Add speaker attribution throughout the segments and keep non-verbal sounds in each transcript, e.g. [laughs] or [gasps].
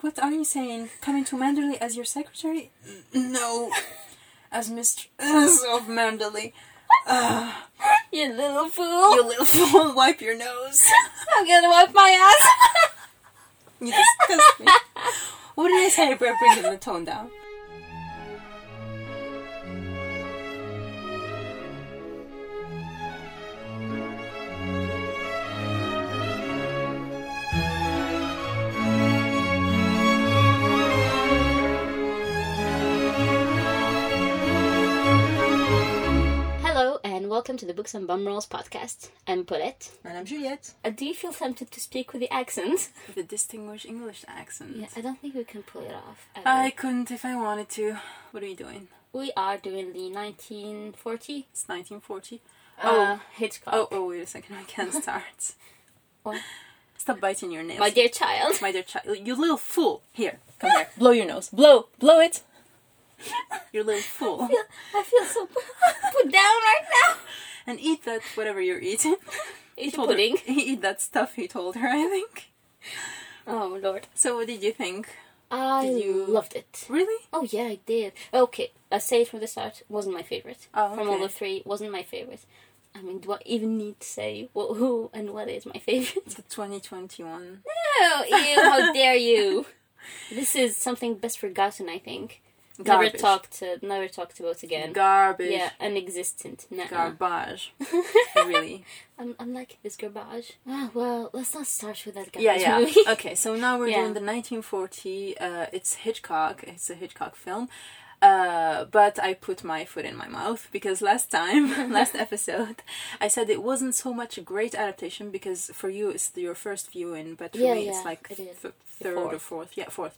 Speaker 1: What are you saying? Coming to Manderley as your secretary? N- No. As mistress of Manderley. Ugh,
Speaker 2: You little fool.
Speaker 1: you little fool, wipe your nose.
Speaker 2: I'm gonna wipe my ass. [laughs]
Speaker 1: You disgust me. What did I say about bringing the tone down?
Speaker 3: Hello and welcome to the Books and Bum Rolls podcast. I'm Paulette.
Speaker 1: And I'm Juliette.
Speaker 2: Uh, Do you feel tempted to speak with the accent?
Speaker 1: With a distinguished English accent.
Speaker 3: I don't think we can pull it off. ever.
Speaker 1: I couldn't if I wanted to. What are you doing?
Speaker 3: we are doing the 1940
Speaker 1: It's 1940.
Speaker 3: uh, Hitchcock.
Speaker 1: Oh, oh, wait a second. I can't [laughs] start.
Speaker 3: What?
Speaker 1: Stop Oh. biting your nails.
Speaker 3: My
Speaker 2: [laughs]
Speaker 3: dear child.
Speaker 1: My dear child, you little fool! Here, come here. Blow your nose. Blow, blow it. you little fool.
Speaker 3: I
Speaker 2: [laughs]
Speaker 3: feel so put down right now.
Speaker 1: And eat that whatever you're eating.
Speaker 3: It's
Speaker 1: Told her-
Speaker 3: pudding.
Speaker 1: eat that stuff. He told her, I think.
Speaker 3: Oh lord.
Speaker 1: So, what did you think?
Speaker 3: I
Speaker 1: Did you-
Speaker 3: loved it.
Speaker 1: Really?
Speaker 3: Oh yeah, I did. Okay, I say it from the start. Wasn't my favorite.
Speaker 1: Oh,
Speaker 3: From all
Speaker 1: okay.
Speaker 3: the three, wasn't my favorite. I mean, do I even need to say what, who and what is my
Speaker 1: [laughs]
Speaker 3: favorite?
Speaker 1: The 2021.
Speaker 3: No, ew, [laughs] how dare you! This is something best forgotten, I think. Never
Speaker 1: Garbage.
Speaker 3: talked, uh, never talked about again.
Speaker 1: Garbage.
Speaker 3: yeah, unexistent. Nuh-uh. [laughs]
Speaker 1: Garbage. really?
Speaker 3: I'm, I'm like this garbage. Ah, well, let's not start with that garbage
Speaker 1: Yeah, yeah. [laughs]
Speaker 3: movie.
Speaker 1: okay, so now we're
Speaker 3: Yeah.
Speaker 1: doing the 1940. Uh, it's Hitchcock. It's a Hitchcock film. Uh, but I put my foot in my mouth because last time, [laughs]
Speaker 3: [laughs]
Speaker 1: last episode, I said it wasn't so much a great adaptation because for you it's your first viewing, but for
Speaker 3: Yeah,
Speaker 1: me
Speaker 3: yeah,
Speaker 1: it's like
Speaker 3: it is.
Speaker 1: th- third or
Speaker 3: Fourth.
Speaker 1: fourth. Yeah, fourth.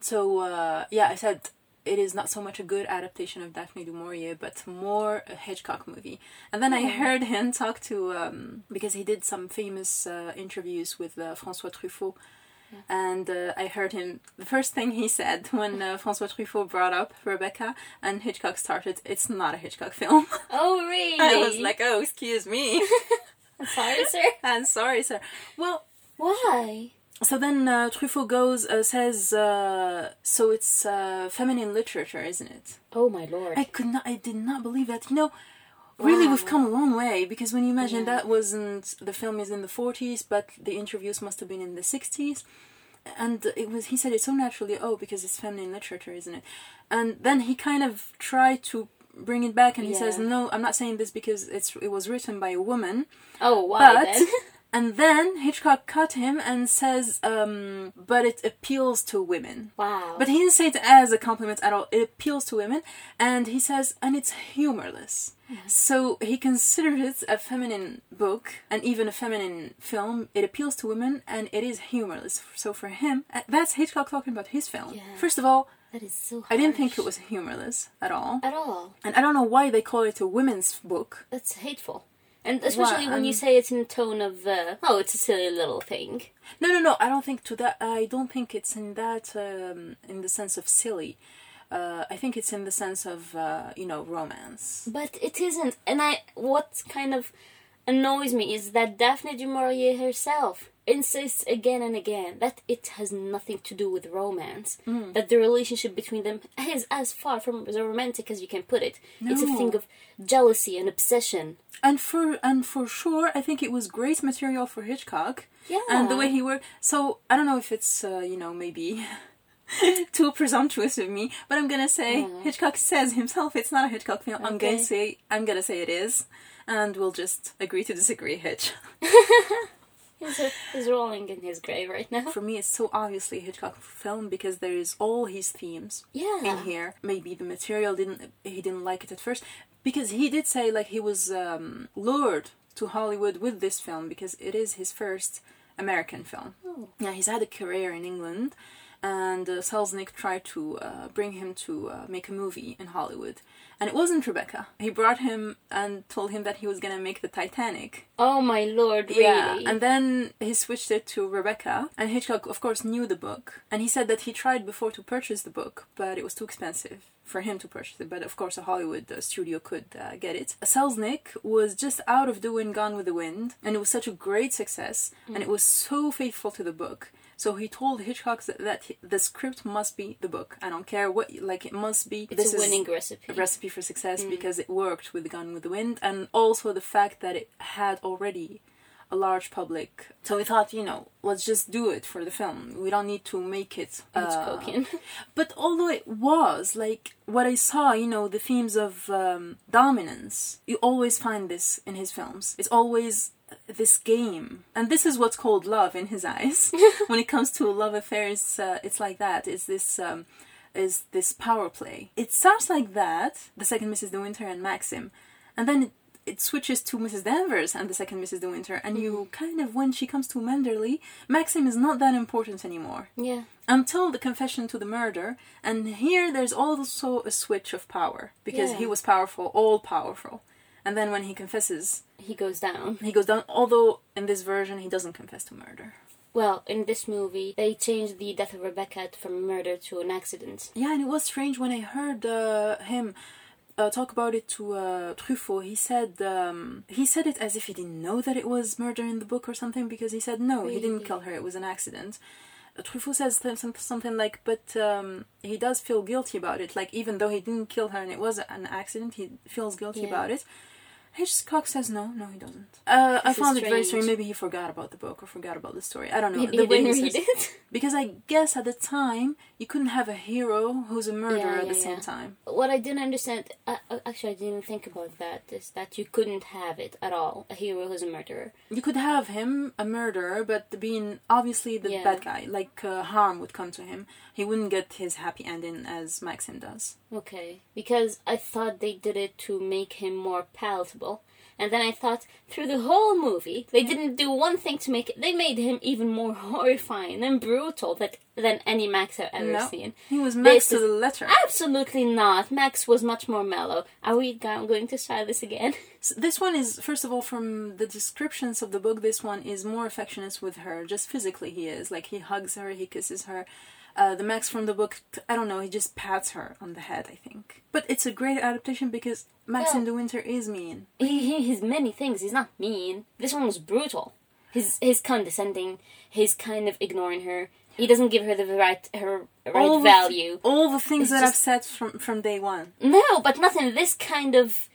Speaker 1: So uh, yeah, I said it is not so much a good adaptation of Daphne du Maurier, but more a Hitchcock movie. And then I heard him talk to um, because he did some famous uh, interviews with uh, François Truffaut. And uh, I heard him. The first thing he said when uh, François Truffaut brought up Rebecca and Hitchcock started, it's not a Hitchcock film.
Speaker 3: [laughs]
Speaker 1: [laughs]
Speaker 3: Oh, really?
Speaker 1: I was like, oh, excuse me.
Speaker 3: [laughs] I'm sorry, sir.
Speaker 1: I'm sorry, sir. Well,
Speaker 3: Why?
Speaker 1: so then uh, Truffaut goes uh, says uh, so it's uh, feminine literature, isn't it?
Speaker 3: Oh my lord.
Speaker 1: I could not. I did not believe that. You know, really, we've come a long way because when you imagine that wasn't the film is in the forties, but the interviews must have been in the sixties, and it was. He said it so naturally. Oh, because it's feminine literature, isn't it? And then he kind of tried to bring it back, and he says,
Speaker 3: Yeah.
Speaker 1: "No, I'm not saying this because it's it was written by a woman."
Speaker 3: oh, why
Speaker 1: but
Speaker 3: then? [laughs]
Speaker 1: and then Hitchcock cut him and says, um, "But it appeals to women."
Speaker 3: wow.
Speaker 1: But he didn't say it as a compliment at all. It appeals to women, and he says, and it's humorless. So he considers it a feminine book and even a feminine film. It appeals to women and it is humorless. So for him, uh, that's Hitchcock talking about his film.
Speaker 3: Yeah.
Speaker 1: First of all,
Speaker 3: that is so.
Speaker 1: I didn't think it
Speaker 3: harsh.
Speaker 1: was humorless at all,
Speaker 3: at all.
Speaker 1: and I don't know why they call it a women's book.
Speaker 3: That's hateful. And especially when you
Speaker 1: um,
Speaker 3: say it's in the tone of, uh, oh, it's a silly little thing.
Speaker 1: No, no, no. I don't think to that. I don't think it's in that um, in the sense of silly. Uh, I think it's in the sense of uh, you know romance.
Speaker 3: But it isn't. And I what kind of annoys me is that Daphne du Maurier herself insists again and again that it has nothing to do with romance.
Speaker 1: Hmm.
Speaker 3: That the relationship between them is as far from as romantic as you can put it. It's a
Speaker 1: No.
Speaker 3: thing of jealousy and obsession.
Speaker 1: and for and for sure i think it was great material for hitchcock
Speaker 3: Yeah.
Speaker 1: and the way he worked so i don't know if it's uh, you know maybe [laughs] too presumptuous of me but i'm gonna say hitchcock says himself it's not a hitchcock film i'm
Speaker 3: Okay.
Speaker 1: gonna say i'm gonna say it is and we'll just agree to disagree hitch
Speaker 3: He's, uh, he's rolling in his grave right now.
Speaker 1: [laughs] for me it's so obviously a hitchcock film because there is all his themes
Speaker 3: Yeah.
Speaker 1: in here. Maybe the material didn't he didn't like it at first because he did say like he was um, lured to Hollywood with this film because it is his first American film. Yeah, he's had a career in England, and uh, Selznick tried to uh, bring him to uh, make a movie in Hollywood, and it wasn't Rebecca. He brought him and told him that he was gonna make the Titanic.
Speaker 3: Oh my lord, really.
Speaker 1: Yeah, and then he switched it to Rebecca, and Hitchcock, of course, knew the book, and he said that he tried before to purchase the book, but it was too expensive for him to purchase it. But of course, a Hollywood uh, studio could uh, get it. Selznick was just
Speaker 3: Mm.
Speaker 1: out of doing Gone with the Wind, and it was such a great success, and it was so faithful to the book So he told Hitchcock th- that he, the script must be the book. I don't care what, like, it must be.
Speaker 3: It's a winning recipe.
Speaker 1: a recipe for success
Speaker 3: Mm.
Speaker 1: because it worked with Gone with the Wind and also the fact that it had already a large public. So we thought, you know, let's just do it for the film. We don't need to make it.
Speaker 3: it's
Speaker 1: uh,
Speaker 3: cooking.
Speaker 1: but although it was like what I saw, you know, the themes of um, dominance, you always find this in his films. It's always this game, and this is what's called love in his [laughs] eyes. when it comes to love affairs, uh, it's like that. It's this. Um, is this power play? It starts like that. The second Mrs. De Winter and Maxim, and then it, it switches to Mrs. Danvers and the second Mrs. De Winter. And you kind of, when she comes to Manderley, Maxim is not that important anymore
Speaker 3: [laughs] yeah.
Speaker 1: until the confession to the murder and here there's also a switch of power because
Speaker 3: Yeah.
Speaker 1: he was powerful all powerful and then when he confesses
Speaker 3: He goes down.
Speaker 1: he goes down although in this version he doesn't confess to murder
Speaker 3: Well, in this movie, they changed the death of Rebecca from murder to an accident.
Speaker 1: yeah and it was strange when i heard uh, him uh, talk about it to uh, Truffaut. He said um, he said it as if he didn't know that it was murder in the book or something because he said no, he didn't kill her. It was an accident. Uh, Truffaut says th- some- something like, but um, he does feel guilty about it. Like even though he didn't kill her and it was an accident, he feels guilty
Speaker 3: Yeah.
Speaker 1: about it. Hitchcock says no, no, he doesn't. Uh, I
Speaker 3: This is
Speaker 1: found it very
Speaker 3: strange.
Speaker 1: strange. Maybe he forgot about the book or forgot about the story. I don't know.
Speaker 3: Maybe
Speaker 1: the
Speaker 3: he
Speaker 1: way
Speaker 3: didn't
Speaker 1: he
Speaker 3: read
Speaker 1: says-
Speaker 3: it. [laughs]
Speaker 1: because I guess at the time you couldn't have a hero who's a murderer at
Speaker 3: yeah,
Speaker 1: the same
Speaker 3: yeah.
Speaker 1: time.
Speaker 3: What I didn't understand, uh, uh, actually, I didn't think about that, is that you couldn't have it at all. A hero who's a murderer.
Speaker 1: You could have him a murderer, but being obviously the
Speaker 3: Yeah.
Speaker 1: bad guy, like uh, harm would come to him. He wouldn't get his happy ending as Maxim does.
Speaker 3: Okay. Because I thought they did it to make him more palatable. And then I thought through the whole movie, they didn't do one thing to make it. They made him even more [laughs] horrifying and brutal that, than any Max I've ever
Speaker 1: No,
Speaker 3: seen.
Speaker 1: he was Max
Speaker 3: This
Speaker 1: to
Speaker 3: is-
Speaker 1: the letter.
Speaker 3: Absolutely not. Max was much more mellow. Are we go- going to try this again? [laughs]
Speaker 1: S- This one is, first of all, from the descriptions of the book, this one is more affectionate with her. Just physically, he is like he hugs her, he kisses her. Uh, the Max from the book, t- I don't know, he just pats her on the head, I think. But it's a great adaptation because Max
Speaker 3: Yeah.
Speaker 1: in the Winter is mean.
Speaker 3: He, he, he's many things. He's not mean. This one was brutal. He's he's condescending. He's kind of ignoring her. He doesn't give her the right her right
Speaker 1: All the-
Speaker 3: value.
Speaker 1: All the things
Speaker 3: It's
Speaker 1: that
Speaker 3: just-
Speaker 1: I've said from from day one.
Speaker 3: No, but not in this kind of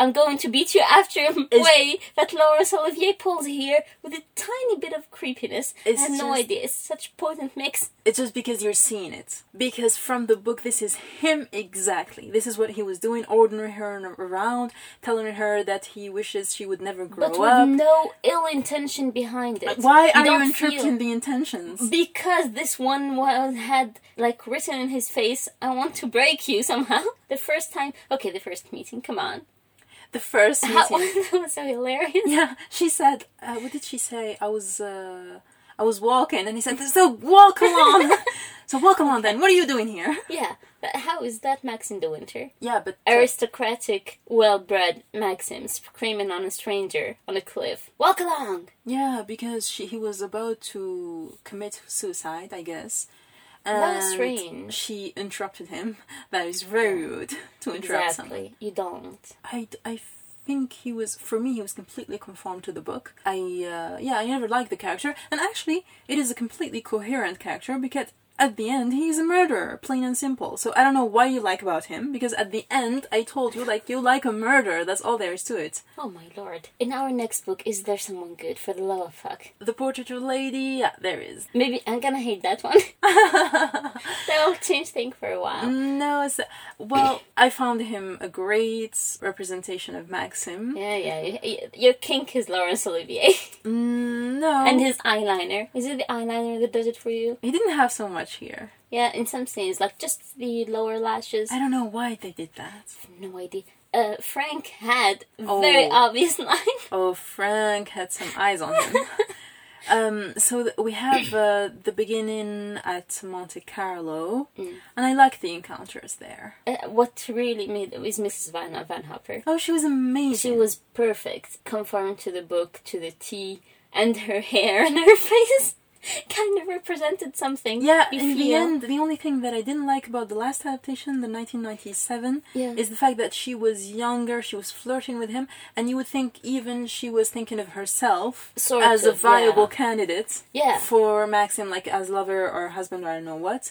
Speaker 3: I'm going to beat you after him way that Laurence Olivier pulls here with a tiny bit of creepiness. I
Speaker 1: It's
Speaker 3: had no
Speaker 1: just-
Speaker 3: idea. It's such a potent mix.
Speaker 1: It's just because you're seeing it. Because from the book, this is him exactly. This is what he was doing, ordering her n- around, telling her that he wishes she would never grow
Speaker 3: But
Speaker 1: up.
Speaker 3: with no ill intention behind it.
Speaker 1: Why are you
Speaker 3: don't
Speaker 1: interpreting
Speaker 3: feel-
Speaker 1: the intentions?
Speaker 3: Because this one was had like written in his face, I want to break you somehow. [laughs] The first time, okay, the first meeting. Come on,
Speaker 1: [laughs] The first [laughs]
Speaker 3: How-
Speaker 1: meeting.
Speaker 3: [laughs] that was so hilarious.
Speaker 1: yeah, she said. Uh, what did she say? I was. Uh, I was walking, and he said, "So walk [laughs] along." so walk along, then. What are you doing here?
Speaker 3: Yeah, but how is that Max in the winter?
Speaker 1: Yeah, but uh,
Speaker 3: Aristocratic, well-bred Maxim screaming on a stranger on a cliff. Walk along.
Speaker 1: yeah, because she, he was about to commit suicide, I guess. And
Speaker 3: That was strange.
Speaker 1: She interrupted him. [laughs] That is very rude to interrupt someone.
Speaker 3: Exactly. You don't.
Speaker 1: I, I think he was for me he was completely conformed to the book i uh, yeah i never liked the character and actually it is a completely coherent character because at the end he's a murderer plain and simple so i don't know why you like about him because at the end i told you like you like a murderer that's all there is to it
Speaker 3: Oh my lord. In our next book, is there someone good for the love of fuck?
Speaker 1: the portrait of a lady yeah there is
Speaker 3: Maybe I'm gonna hate that one. [laughs] that will change thing for a while.
Speaker 1: no it's well i found him a great representation of maxim
Speaker 3: Yeah, yeah. y- y- Your kink is Laurence Olivier. [laughs]
Speaker 1: no
Speaker 3: and his eyeliner. Is it the eyeliner that does it for you?
Speaker 1: he didn't have so much here
Speaker 3: Yeah, in some scenes, like just the lower lashes.
Speaker 1: i don't know why they did that
Speaker 3: No idea. Uh, Frank had
Speaker 1: Oh.
Speaker 3: very obvious [laughs] line.
Speaker 1: Oh, Frank had some eyes on him. [laughs] um, so th- we have uh, the beginning at Monte Carlo, and I like the encounters there.
Speaker 3: Uh, what really made it was Mrs. Van, uh, Van Hopper.
Speaker 1: Oh, she was
Speaker 3: She
Speaker 1: amazing.
Speaker 3: was perfect, conformed to the book, to the T, and her [laughs] hair and her face. kind of represented something.
Speaker 1: Yeah,
Speaker 3: you
Speaker 1: in the
Speaker 3: feel.
Speaker 1: end, the only thing that I didn't like about the last adaptation, the 1997,
Speaker 3: Yeah.
Speaker 1: is the fact that she was younger, she was flirting with him, and you would think even she was thinking of herself
Speaker 3: Sort
Speaker 1: as a
Speaker 3: of,
Speaker 1: viable
Speaker 3: yeah.
Speaker 1: candidate
Speaker 3: Yeah.
Speaker 1: for Maxim, like as lover or husband or I don't know what.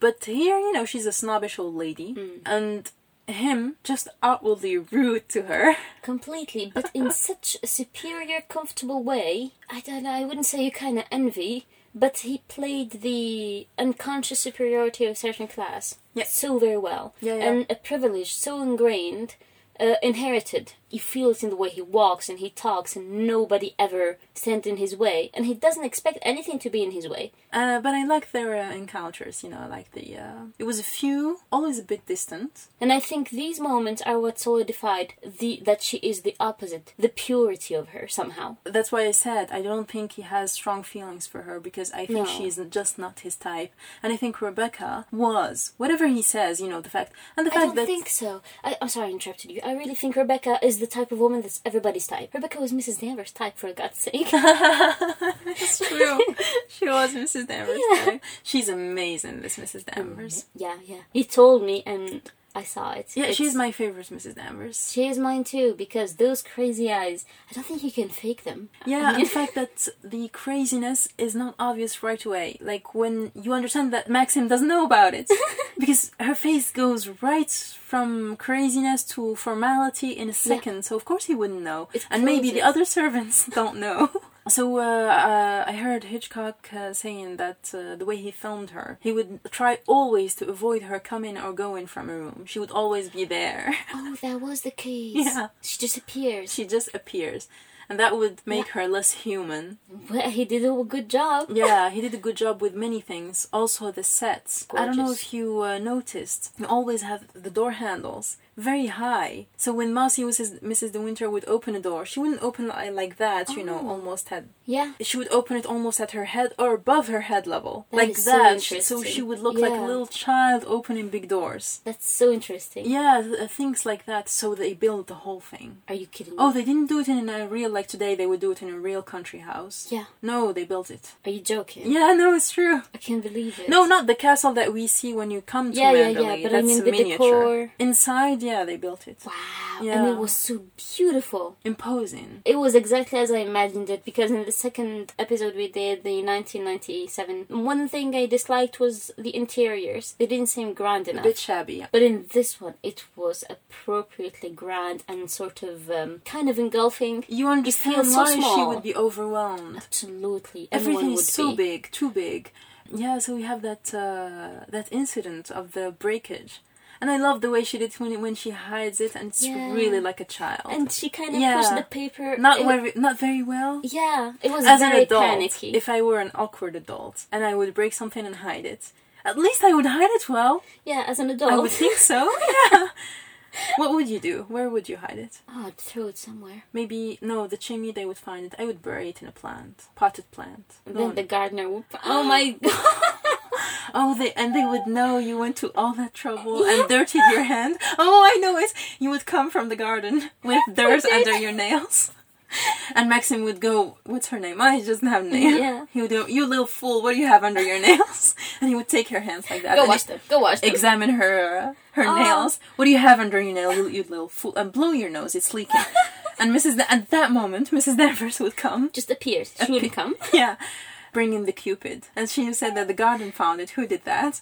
Speaker 1: But here, you know, she's a snobbish old lady,
Speaker 3: Hmm.
Speaker 1: and him just outwardly rude to her. [laughs]
Speaker 3: Completely, but in such a superior, comfortable way. I don't know, I wouldn't say you kind of envy, but he played the unconscious superiority of a certain class
Speaker 1: Yeah.
Speaker 3: so very well.
Speaker 1: Yeah, yeah.
Speaker 3: And a privilege so ingrained, uh, inherited. You feel it in the way he walks and he talks, and nobody ever stands in his way, and he doesn't expect anything to be in his way.
Speaker 1: Uh, but I like their uh, encounters, you know, I like the. Uh, it was a few, always a bit distant.
Speaker 3: And I think these moments are what solidified the that she is the opposite, the purity of her somehow.
Speaker 1: that's why I said I don't think he has strong feelings for her because I think
Speaker 3: No.
Speaker 1: she is just not his type, and I think Rebecca was whatever he says. You know the fact and the
Speaker 3: I
Speaker 1: fact
Speaker 3: don't
Speaker 1: that [laughs]
Speaker 3: think so. I, I'm sorry I interrupted you. I really think Rebecca is the type of woman that's everybody's type. Rebecca was Mrs. Danvers' type, for God's sake. [laughs]
Speaker 1: it's true. [laughs] she was Mrs. Danvers. right? She's amazing, this Mrs. Danvers.
Speaker 3: yeah, yeah. You told me and I saw it.
Speaker 1: Yeah,
Speaker 3: It's-
Speaker 1: she's my favorite Mrs. Danvers.
Speaker 3: She is mine too, because those crazy eyes, I don't think you can fake them.
Speaker 1: Yeah, and the fact that the craziness is not obvious right away. Like when you understand that Maxim doesn't know about it. because her face goes right from craziness to formality in a second, so of course he wouldn't know.
Speaker 3: It
Speaker 1: and maybe
Speaker 3: proves
Speaker 1: the
Speaker 3: it.
Speaker 1: other servants [laughs] don't know. So uh, uh, I heard Hitchcock uh, saying that uh, the way he filmed her, he would try always to avoid her coming or going from a room. She would always be there. [laughs]
Speaker 3: Oh, that was the case.
Speaker 1: Yeah.
Speaker 3: She disappears.
Speaker 1: she just appears, and that would make her less human.
Speaker 3: [laughs] Well, he did a good job.
Speaker 1: Yeah, he did a good job with many things. Also, the sets. I don't know
Speaker 3: Gorgeous.
Speaker 1: if you uh, noticed, you always have the door handles very high. So when Mousy was his, Mrs. De Winter would open a door, she wouldn't open li- like that, you know,
Speaker 3: Oh.
Speaker 1: almost had.
Speaker 3: Yeah.
Speaker 1: She would open it almost at her head or above her head level,
Speaker 3: That
Speaker 1: like
Speaker 3: is so
Speaker 1: that. so
Speaker 3: interesting.
Speaker 1: she would look like a
Speaker 3: Yeah.
Speaker 1: little child opening big doors.
Speaker 3: That's so interesting.
Speaker 1: Yeah, th- uh, things like that. So they built the whole thing.
Speaker 3: Are you kidding me?
Speaker 1: Oh, they didn't do it in a real like today. They would do it in a real country house.
Speaker 3: Yeah.
Speaker 1: No, they built it.
Speaker 3: Are you joking?
Speaker 1: Yeah, [laughs] no, it's true.
Speaker 3: I can't believe it.
Speaker 1: No, not the castle that we see when you come to
Speaker 3: Yeah, yeah, yeah,
Speaker 1: Mandalay.
Speaker 3: but I
Speaker 1: That's
Speaker 3: mean the
Speaker 1: miniature.
Speaker 3: decor.
Speaker 1: Inside, yeah, they built it.
Speaker 3: Wow. And
Speaker 1: Yeah.
Speaker 3: it was so beautiful.
Speaker 1: Imposing.
Speaker 3: It was exactly as I imagined it because in the second episode we did, the 1997, one thing I disliked was the interiors. They didn't seem grand
Speaker 1: A
Speaker 3: enough.
Speaker 1: bit shabby.
Speaker 3: But in this one, it was appropriately grand and sort of um, kind of engulfing.
Speaker 1: You understand
Speaker 3: feels so
Speaker 1: why she
Speaker 3: small.
Speaker 1: would be overwhelmed.
Speaker 3: Absolutely.
Speaker 1: Everything
Speaker 3: Everyone would
Speaker 1: is so
Speaker 3: be.
Speaker 1: big, too big. Yeah, so we have that uh, that incident of the breakage, and I love the way she did when when she hides it, and it's
Speaker 3: Yeah.
Speaker 1: really like a child.
Speaker 3: And she kind of
Speaker 1: Yeah.
Speaker 3: pushed the paper.
Speaker 1: not
Speaker 3: it-
Speaker 1: very, not very well.
Speaker 3: Yeah, it was
Speaker 1: as an
Speaker 3: very
Speaker 1: adult,
Speaker 3: panicky.
Speaker 1: if I were an awkward adult and I would break something and hide it, at least I would hide it well.
Speaker 3: yeah, as an adult.
Speaker 1: I would think
Speaker 3: [laughs]
Speaker 1: so. Yeah. what would you do? Where would you hide it?
Speaker 3: Oh, I'd throw it somewhere.
Speaker 1: Maybe no, the chimney. They would find it. I would bury it in a plant, potted plant. No.
Speaker 3: Then the gardener would. Oh [laughs] my god!
Speaker 1: oh, they and they would know you went to all that
Speaker 3: [laughs]
Speaker 1: trouble and dirtied your hand. Oh, I know it. You would come from the garden
Speaker 3: [laughs]
Speaker 1: with dirt under your nails. And Maxim would go, What's her name? Oh, she doesn't have a name.
Speaker 3: Yeah.
Speaker 1: He would go, You little fool, what do you have under your [laughs] nails? And he would take her hands like that.
Speaker 3: Go
Speaker 1: and
Speaker 3: watch them. Go watch them.
Speaker 1: examine her her
Speaker 3: Oh.
Speaker 1: nails. What do you have under your nail, you, you little fool? And blow your nose, it's [laughs] leaking. and Mrs. Da- at that moment, Mrs. Danvers would come. [laughs]
Speaker 3: Just appears. She wouldn't come.
Speaker 1: Yeah. Bring in the Cupid. And she said that the garden found it. Who did that?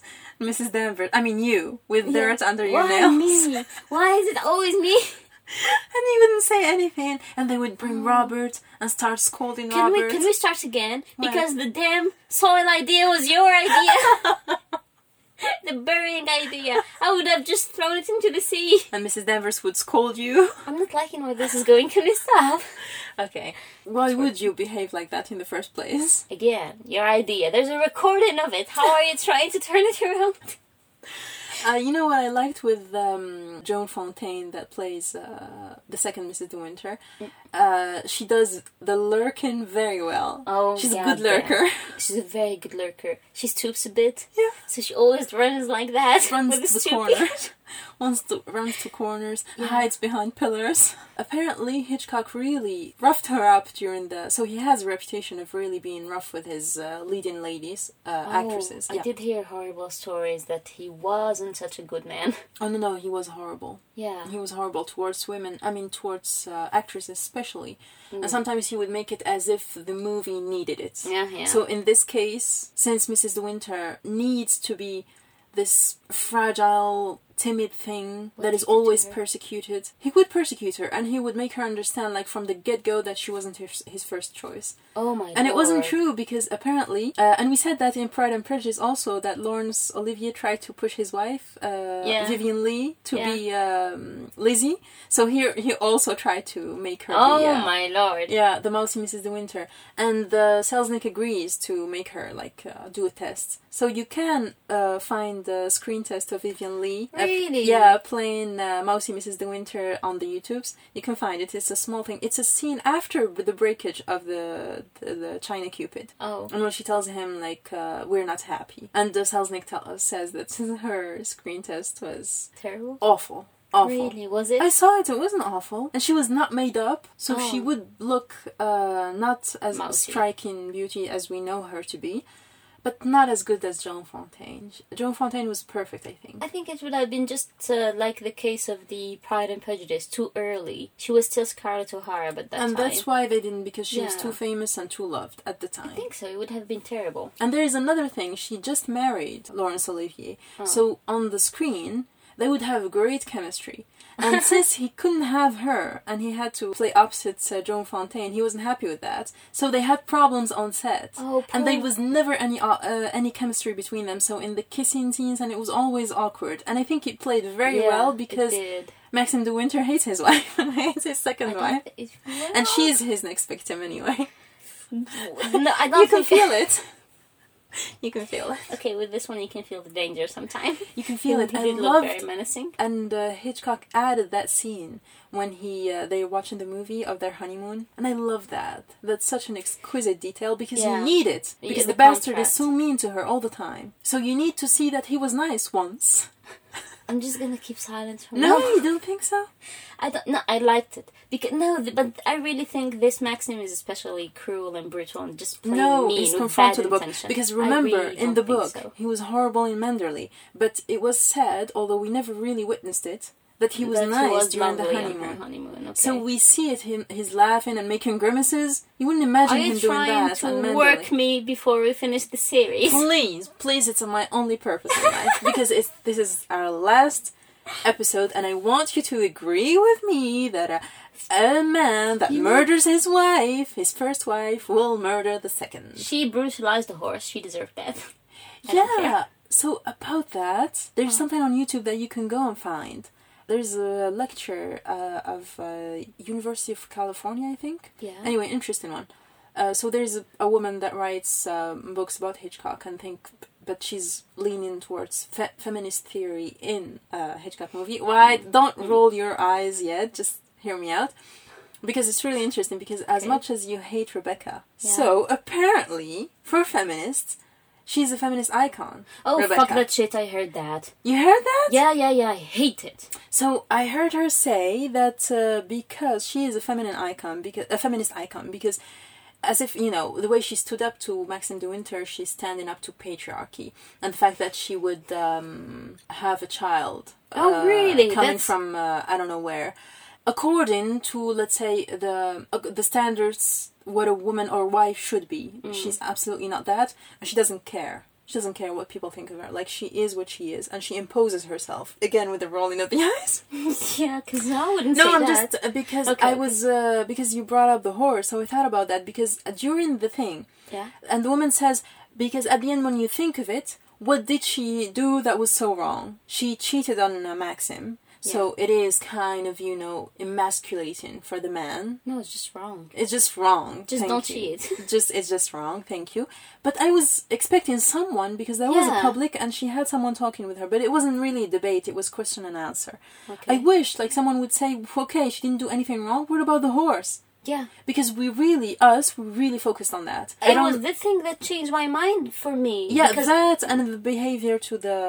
Speaker 1: Mrs. Danvers. I mean, you, with dirt under your
Speaker 3: Why
Speaker 1: nails.
Speaker 3: me? Why is it always me?
Speaker 1: [laughs] And he wouldn't say anything. And they would bring Robert and start scolding
Speaker 3: Can
Speaker 1: Robert.
Speaker 3: we can we start again? Because the damn soil idea was your idea. [laughs] the burying idea. I would have just thrown it into the sea.
Speaker 1: [laughs] And Mrs. Danvers would scold you.
Speaker 3: I'm not liking where this is going. Can we stop?
Speaker 1: [laughs] okay. Why would you behave like that in the first place?
Speaker 3: Again, your idea. There's a recording of it. How are you trying to turn it around?
Speaker 1: Uh, you know what I
Speaker 3: Mm.
Speaker 1: liked with um, Joan Fontaine that plays uh, the second Mrs. De Winter Uh, she does the lurking very well.
Speaker 3: Oh,
Speaker 1: She's
Speaker 3: yeah,
Speaker 1: a good
Speaker 3: yeah.
Speaker 1: lurker. [laughs]
Speaker 3: She's a very good lurker. She stoops a bit,
Speaker 1: Yeah.
Speaker 3: so she always runs like that.
Speaker 1: runs
Speaker 3: with
Speaker 1: to the
Speaker 3: stoopy.
Speaker 1: corners. [laughs] Runs to, runs to corners, hides behind pillars. Apparently, Hitchcock really roughed her up during the. So he has a reputation of really being rough with his uh, leading ladies, uh,
Speaker 3: [laughs] Oh,
Speaker 1: actresses.
Speaker 3: I
Speaker 1: Yeah.
Speaker 3: did hear horrible stories that he wasn't such a good man.
Speaker 1: Oh no, no, he was horrible.
Speaker 3: Yeah.
Speaker 1: He was horrible towards women. I mean, towards uh, actresses especially. And sometimes he would make it as if the movie needed it.
Speaker 3: Mm. Yeah, yeah.
Speaker 1: So in this case, since Mrs. De Winter needs to be this fragile, timid thing that is
Speaker 3: did he do
Speaker 1: always
Speaker 3: to her?
Speaker 1: persecuted, he would persecute her, and he would make her understand, like from the get-go, that she wasn't his, his first choice.
Speaker 3: Oh my god.
Speaker 1: And it wasn't true because apparently, uh, and we said that in Pride and Prejudice also that Laurence Olivier tried to push his wife, uh,
Speaker 3: Yeah.
Speaker 1: Vivian Lee, to be um, Lizzie. So here he also tried to make her.
Speaker 3: Oh
Speaker 1: be, uh,
Speaker 3: my lord.
Speaker 1: Yeah, the mousy Mrs. De Winter, and uh, Selznick agrees to make her like uh, do a test. So you can uh, find the screen test of Vivian Lee. uh,
Speaker 3: Really?
Speaker 1: yeah, playing uh, mousy Mrs. De Winter on the YouTubes. You can find it. It's a small thing. It's a scene after the breakage of the the, the China Cupid.
Speaker 3: Oh.
Speaker 1: And when she tells him like uh, we're not happy, and uh, Selznick tell- says that [laughs] her screen test was
Speaker 3: Terrible.
Speaker 1: awful, awful.
Speaker 3: Really, was it?
Speaker 1: I saw it. It wasn't awful, and she was not made up, so
Speaker 3: Oh.
Speaker 1: she would look uh, not as
Speaker 3: Mousy.
Speaker 1: striking beauty as we know her to be, but not as good as Joan Fontaine. Joan Fontaine was perfect, I think.
Speaker 3: I think it would have been just uh, like the case of the Pride and Prejudice, too early. She was still Scarlett O'Hara, but that
Speaker 1: and
Speaker 3: time.
Speaker 1: that's why they didn't, because she was
Speaker 3: Yeah.
Speaker 1: too famous and too loved at the time.
Speaker 3: I think so. It would have been terrible.
Speaker 1: And there is another thing. She just married Laurence Olivier,
Speaker 3: Oh.
Speaker 1: so on the screen they would have great chemistry.
Speaker 3: [laughs]
Speaker 1: And since he couldn't have her, and he had to play opposite uh, Joan Fontaine, he wasn't happy with that. So they had problems on set,
Speaker 3: Oh,
Speaker 1: and there
Speaker 3: poor-
Speaker 1: was never any uh, uh, any chemistry between them. So in the kissing scenes, and it was always awkward. And I think it played very
Speaker 3: Yeah,
Speaker 1: well
Speaker 3: it
Speaker 1: because
Speaker 3: did.
Speaker 1: Maxim de Winter hates his [laughs] wife and hates his
Speaker 3: I
Speaker 1: second
Speaker 3: don't
Speaker 1: wife,
Speaker 3: thi- it- well,
Speaker 1: and she's his next victim anyway.
Speaker 3: [laughs] No,
Speaker 1: [laughs]
Speaker 3: I don't
Speaker 1: You can
Speaker 3: think-
Speaker 1: feel it. You can feel it.
Speaker 3: [laughs] Okay, with this one you can feel the danger sometime.
Speaker 1: You can
Speaker 3: [laughs]
Speaker 1: feel it.
Speaker 3: He
Speaker 1: I
Speaker 3: did look very
Speaker 1: loved,
Speaker 3: menacing.
Speaker 1: and uh, Hitchcock added that scene when he uh, they were watching the movie of their honeymoon, and I love that. That's such an exquisite detail because
Speaker 3: Yeah.
Speaker 1: you need it
Speaker 3: Yeah,
Speaker 1: because
Speaker 3: the
Speaker 1: the, bastard
Speaker 3: contrast.
Speaker 1: is so mean to her all the time. So you need to see that he was nice once.
Speaker 3: I'm just gonna keep silent for
Speaker 1: No,
Speaker 3: now.
Speaker 1: you don't think so?
Speaker 3: I don't. No, I liked it because no, th- but I really think this Maxim is especially cruel and brutal and just plain
Speaker 1: no,
Speaker 3: mean
Speaker 1: it's
Speaker 3: with
Speaker 1: confirmed
Speaker 3: bad
Speaker 1: to the book
Speaker 3: intention.
Speaker 1: because
Speaker 3: I
Speaker 1: remember
Speaker 3: really
Speaker 1: in
Speaker 3: don't
Speaker 1: the
Speaker 3: think
Speaker 1: book
Speaker 3: so.
Speaker 1: he was horrible in Manderley, but it was said, although we never really witnessed it, that he was
Speaker 3: That
Speaker 1: nice
Speaker 3: was
Speaker 1: during the
Speaker 3: lovely on her
Speaker 1: honeymoon.
Speaker 3: honeymoon, okay.
Speaker 1: So we see it him he's laughing and making grimaces. You wouldn't imagine
Speaker 3: Are
Speaker 1: him
Speaker 3: you
Speaker 1: doing
Speaker 3: trying
Speaker 1: that. and
Speaker 3: to
Speaker 1: Mandalay.
Speaker 3: work me before we finish the series?
Speaker 1: Please, please, it's my only purpose in life because it's this is our last episode, and I want you to agree with me that a, a man that murders his wife, his first wife, will murder the second.
Speaker 3: She brutalized the horse. She deserved death.
Speaker 1: yeah.
Speaker 3: I don't care. Uh-huh.
Speaker 1: So about that, there's something on YouTube that you can go and find. There's a lecture uh, of uh, University of California, I think.
Speaker 3: Yeah.
Speaker 1: Anyway, interesting one. Uh, so there's a, a woman that writes um, books about Hitchcock and think, but she's leaning towards fe- feminist theory in uh, Hitchcock movie. Why? Don't roll your eyes yet. Just hear me out. Because it's really interesting. Because as much as you hate Rebecca, so apparently for feminists, she's a feminist icon.
Speaker 3: Oh
Speaker 1: Rebecca.
Speaker 3: fuck that shit! I heard that.
Speaker 1: You heard that?
Speaker 3: Yeah, yeah, yeah. I hate it. [laughs]
Speaker 1: So I heard her say that uh, because she is a feminine icon, because a feminist icon, because as if you know the way she stood up to Maxim de Winter, she's standing up to patriarchy, and the fact that she would um, have a child. uh,
Speaker 3: Oh, really?
Speaker 1: Coming
Speaker 3: That's-
Speaker 1: from uh, I don't know where, according to let's say the uh, the standards what a woman or wife should be.
Speaker 3: Mm.
Speaker 1: She's absolutely not that, and she doesn't care. She doesn't care what people think of her. Like she is what she is, and she imposes herself again with the rolling of the [laughs] eyes.
Speaker 3: yeah, because I wouldn't
Speaker 1: No,
Speaker 3: say
Speaker 1: I'm
Speaker 3: that.
Speaker 1: just uh, because
Speaker 3: Okay,
Speaker 1: I
Speaker 3: okay.
Speaker 1: was uh, because you brought up the horse, so I thought about that because uh, during the thing,
Speaker 3: Yeah.
Speaker 1: and the woman says because at the end when you think of it, what did she do that was so wrong? She cheated on uh, Maxim, so it is kind of you know emasculating for the man.
Speaker 3: No, it's just wrong.
Speaker 1: It's just wrong.
Speaker 3: Just
Speaker 1: thank
Speaker 3: don't
Speaker 1: you.
Speaker 3: cheat.
Speaker 1: [laughs] just it's just wrong. Thank you. But I was expecting someone because there was a
Speaker 3: Yeah.
Speaker 1: public and she had someone talking with her, but it wasn't really a debate. It was question and answer.
Speaker 3: Okay.
Speaker 1: I wish like someone would say, "Okay, she didn't do anything wrong. What about the horse?
Speaker 3: Yeah.
Speaker 1: because we really us we really focused on that. I
Speaker 3: It
Speaker 1: don't-
Speaker 3: was the thing that changed my mind for me.
Speaker 1: yeah
Speaker 3: because
Speaker 1: that and the behavior to the